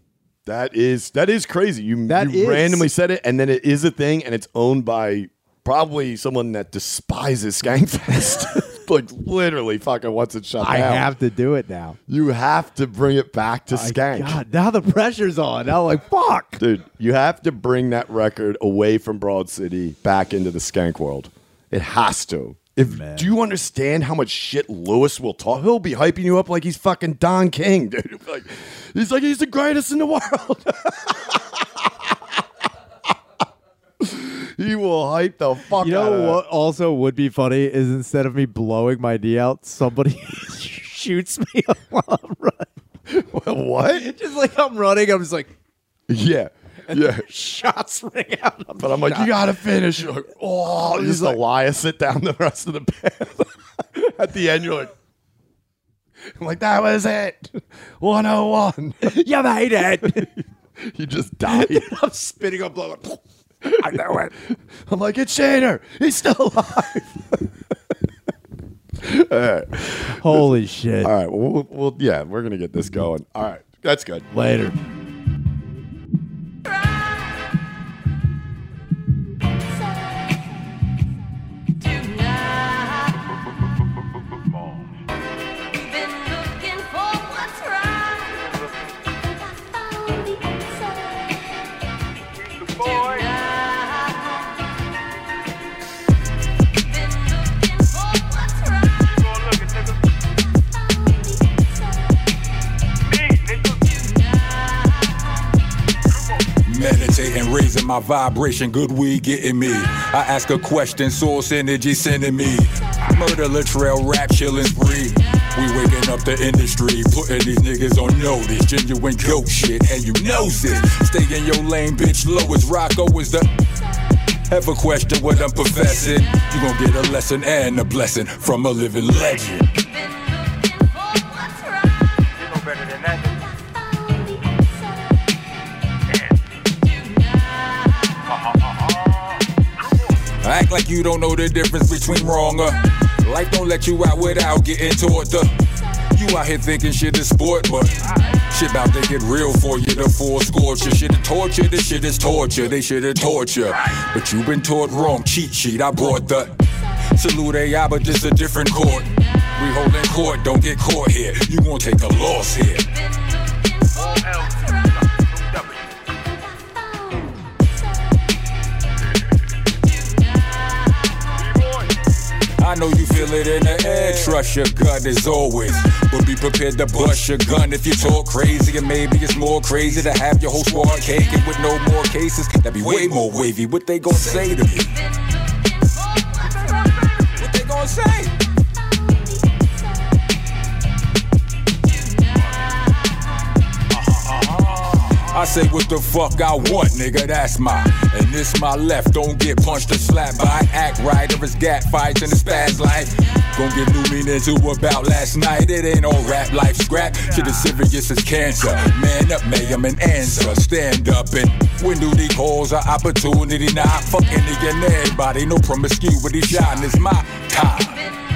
S1: That is that is crazy. You,
S2: That
S1: you
S2: is-
S1: randomly said it, and then it is a thing, and it's owned by probably someone that despises
S2: [LAUGHS]
S1: Skankfest. [LAUGHS] like literally, fucking wants it shut
S2: I
S1: down.
S2: have to do it now.
S1: you have to bring it back to
S2: Like,
S1: Skank,
S2: God, now the pressure's on. Now, like, fuck.
S1: dude. You have to bring that record away from Broad City back into the Skank world. It has to. If
S2: Man.
S1: do you understand how much shit Lewis will talk? He'll be hyping you up like he's fucking Don King, [LAUGHS] dude. Like he's like he's the greatest in the [LAUGHS] world. He will hype the fuck
S2: You
S1: out of
S2: know
S1: that.
S2: what also would be funny is instead of me blowing my knee out, somebody [LAUGHS] shoots me [LAUGHS] while I'm
S1: [LAUGHS]
S2: running.
S1: what?
S2: [LAUGHS] Just like I'm running, I'm just like
S1: Yeah. Yeah.
S2: shots ring out.
S1: [LAUGHS]
S2: I'm
S1: But I'm like, you gotta finish. You're like, oh, just like, Elias sit down the rest of the path. [LAUGHS] At the end, you're like, I'm like, that was it. 101.
S2: you made it.
S1: [LAUGHS] you just [LAUGHS] died.
S2: I'm spitting, I'm blowing.
S1: [LAUGHS] I know it. I'm like, it's Shader. He's still alive.
S2: Holy shit.
S1: All right. Well, we'll, we'll, yeah, we're gonna get this going. All right. That's good.
S2: Later.
S3: Meditating, raising my vibration, good weed getting me. I ask a question, source energy sending me. Murder trail, rap chillin' free. We waking up the industry, putting these niggas on notice. Genuine goat shit, and you knows it. Stay in your lane, bitch. Low as Rocco is the. Ever question what I'm professing? You gon' get a lesson and a blessing from a living legend. Act like you don't know the difference between wrong or life don't let you out without getting taught the you out here thinking shit is sport, but shit about to get real for you. The full scorcher, shit is torture. This shit is torture. They should have torture, but you been taught wrong. Cheat sheet. I bought the salute AI, but this a different court. We holding court. Don't get caught here. You gon' take a loss here. I know you feel it in the air. Trust your gut as always. But be prepared to bust your gun if you talk crazy. And maybe it's more crazy to have your whole squad caking with no more cases. That'd be way more wavy. What they gon' say to me? What they gon' say? I say what the fuck I want, nigga, that's my. And this my left, don't get punched or slapped by. Act right, or it's gat fights and it's spaz life. Gon' get new meaning to about last night. It ain't all rap life scrap. Shit as serious as cancer. Man up, may I'm an answer. Stand up and when do these calls are opportunity? Nah, fuck any and everybody. No promiscuity, shine is my time.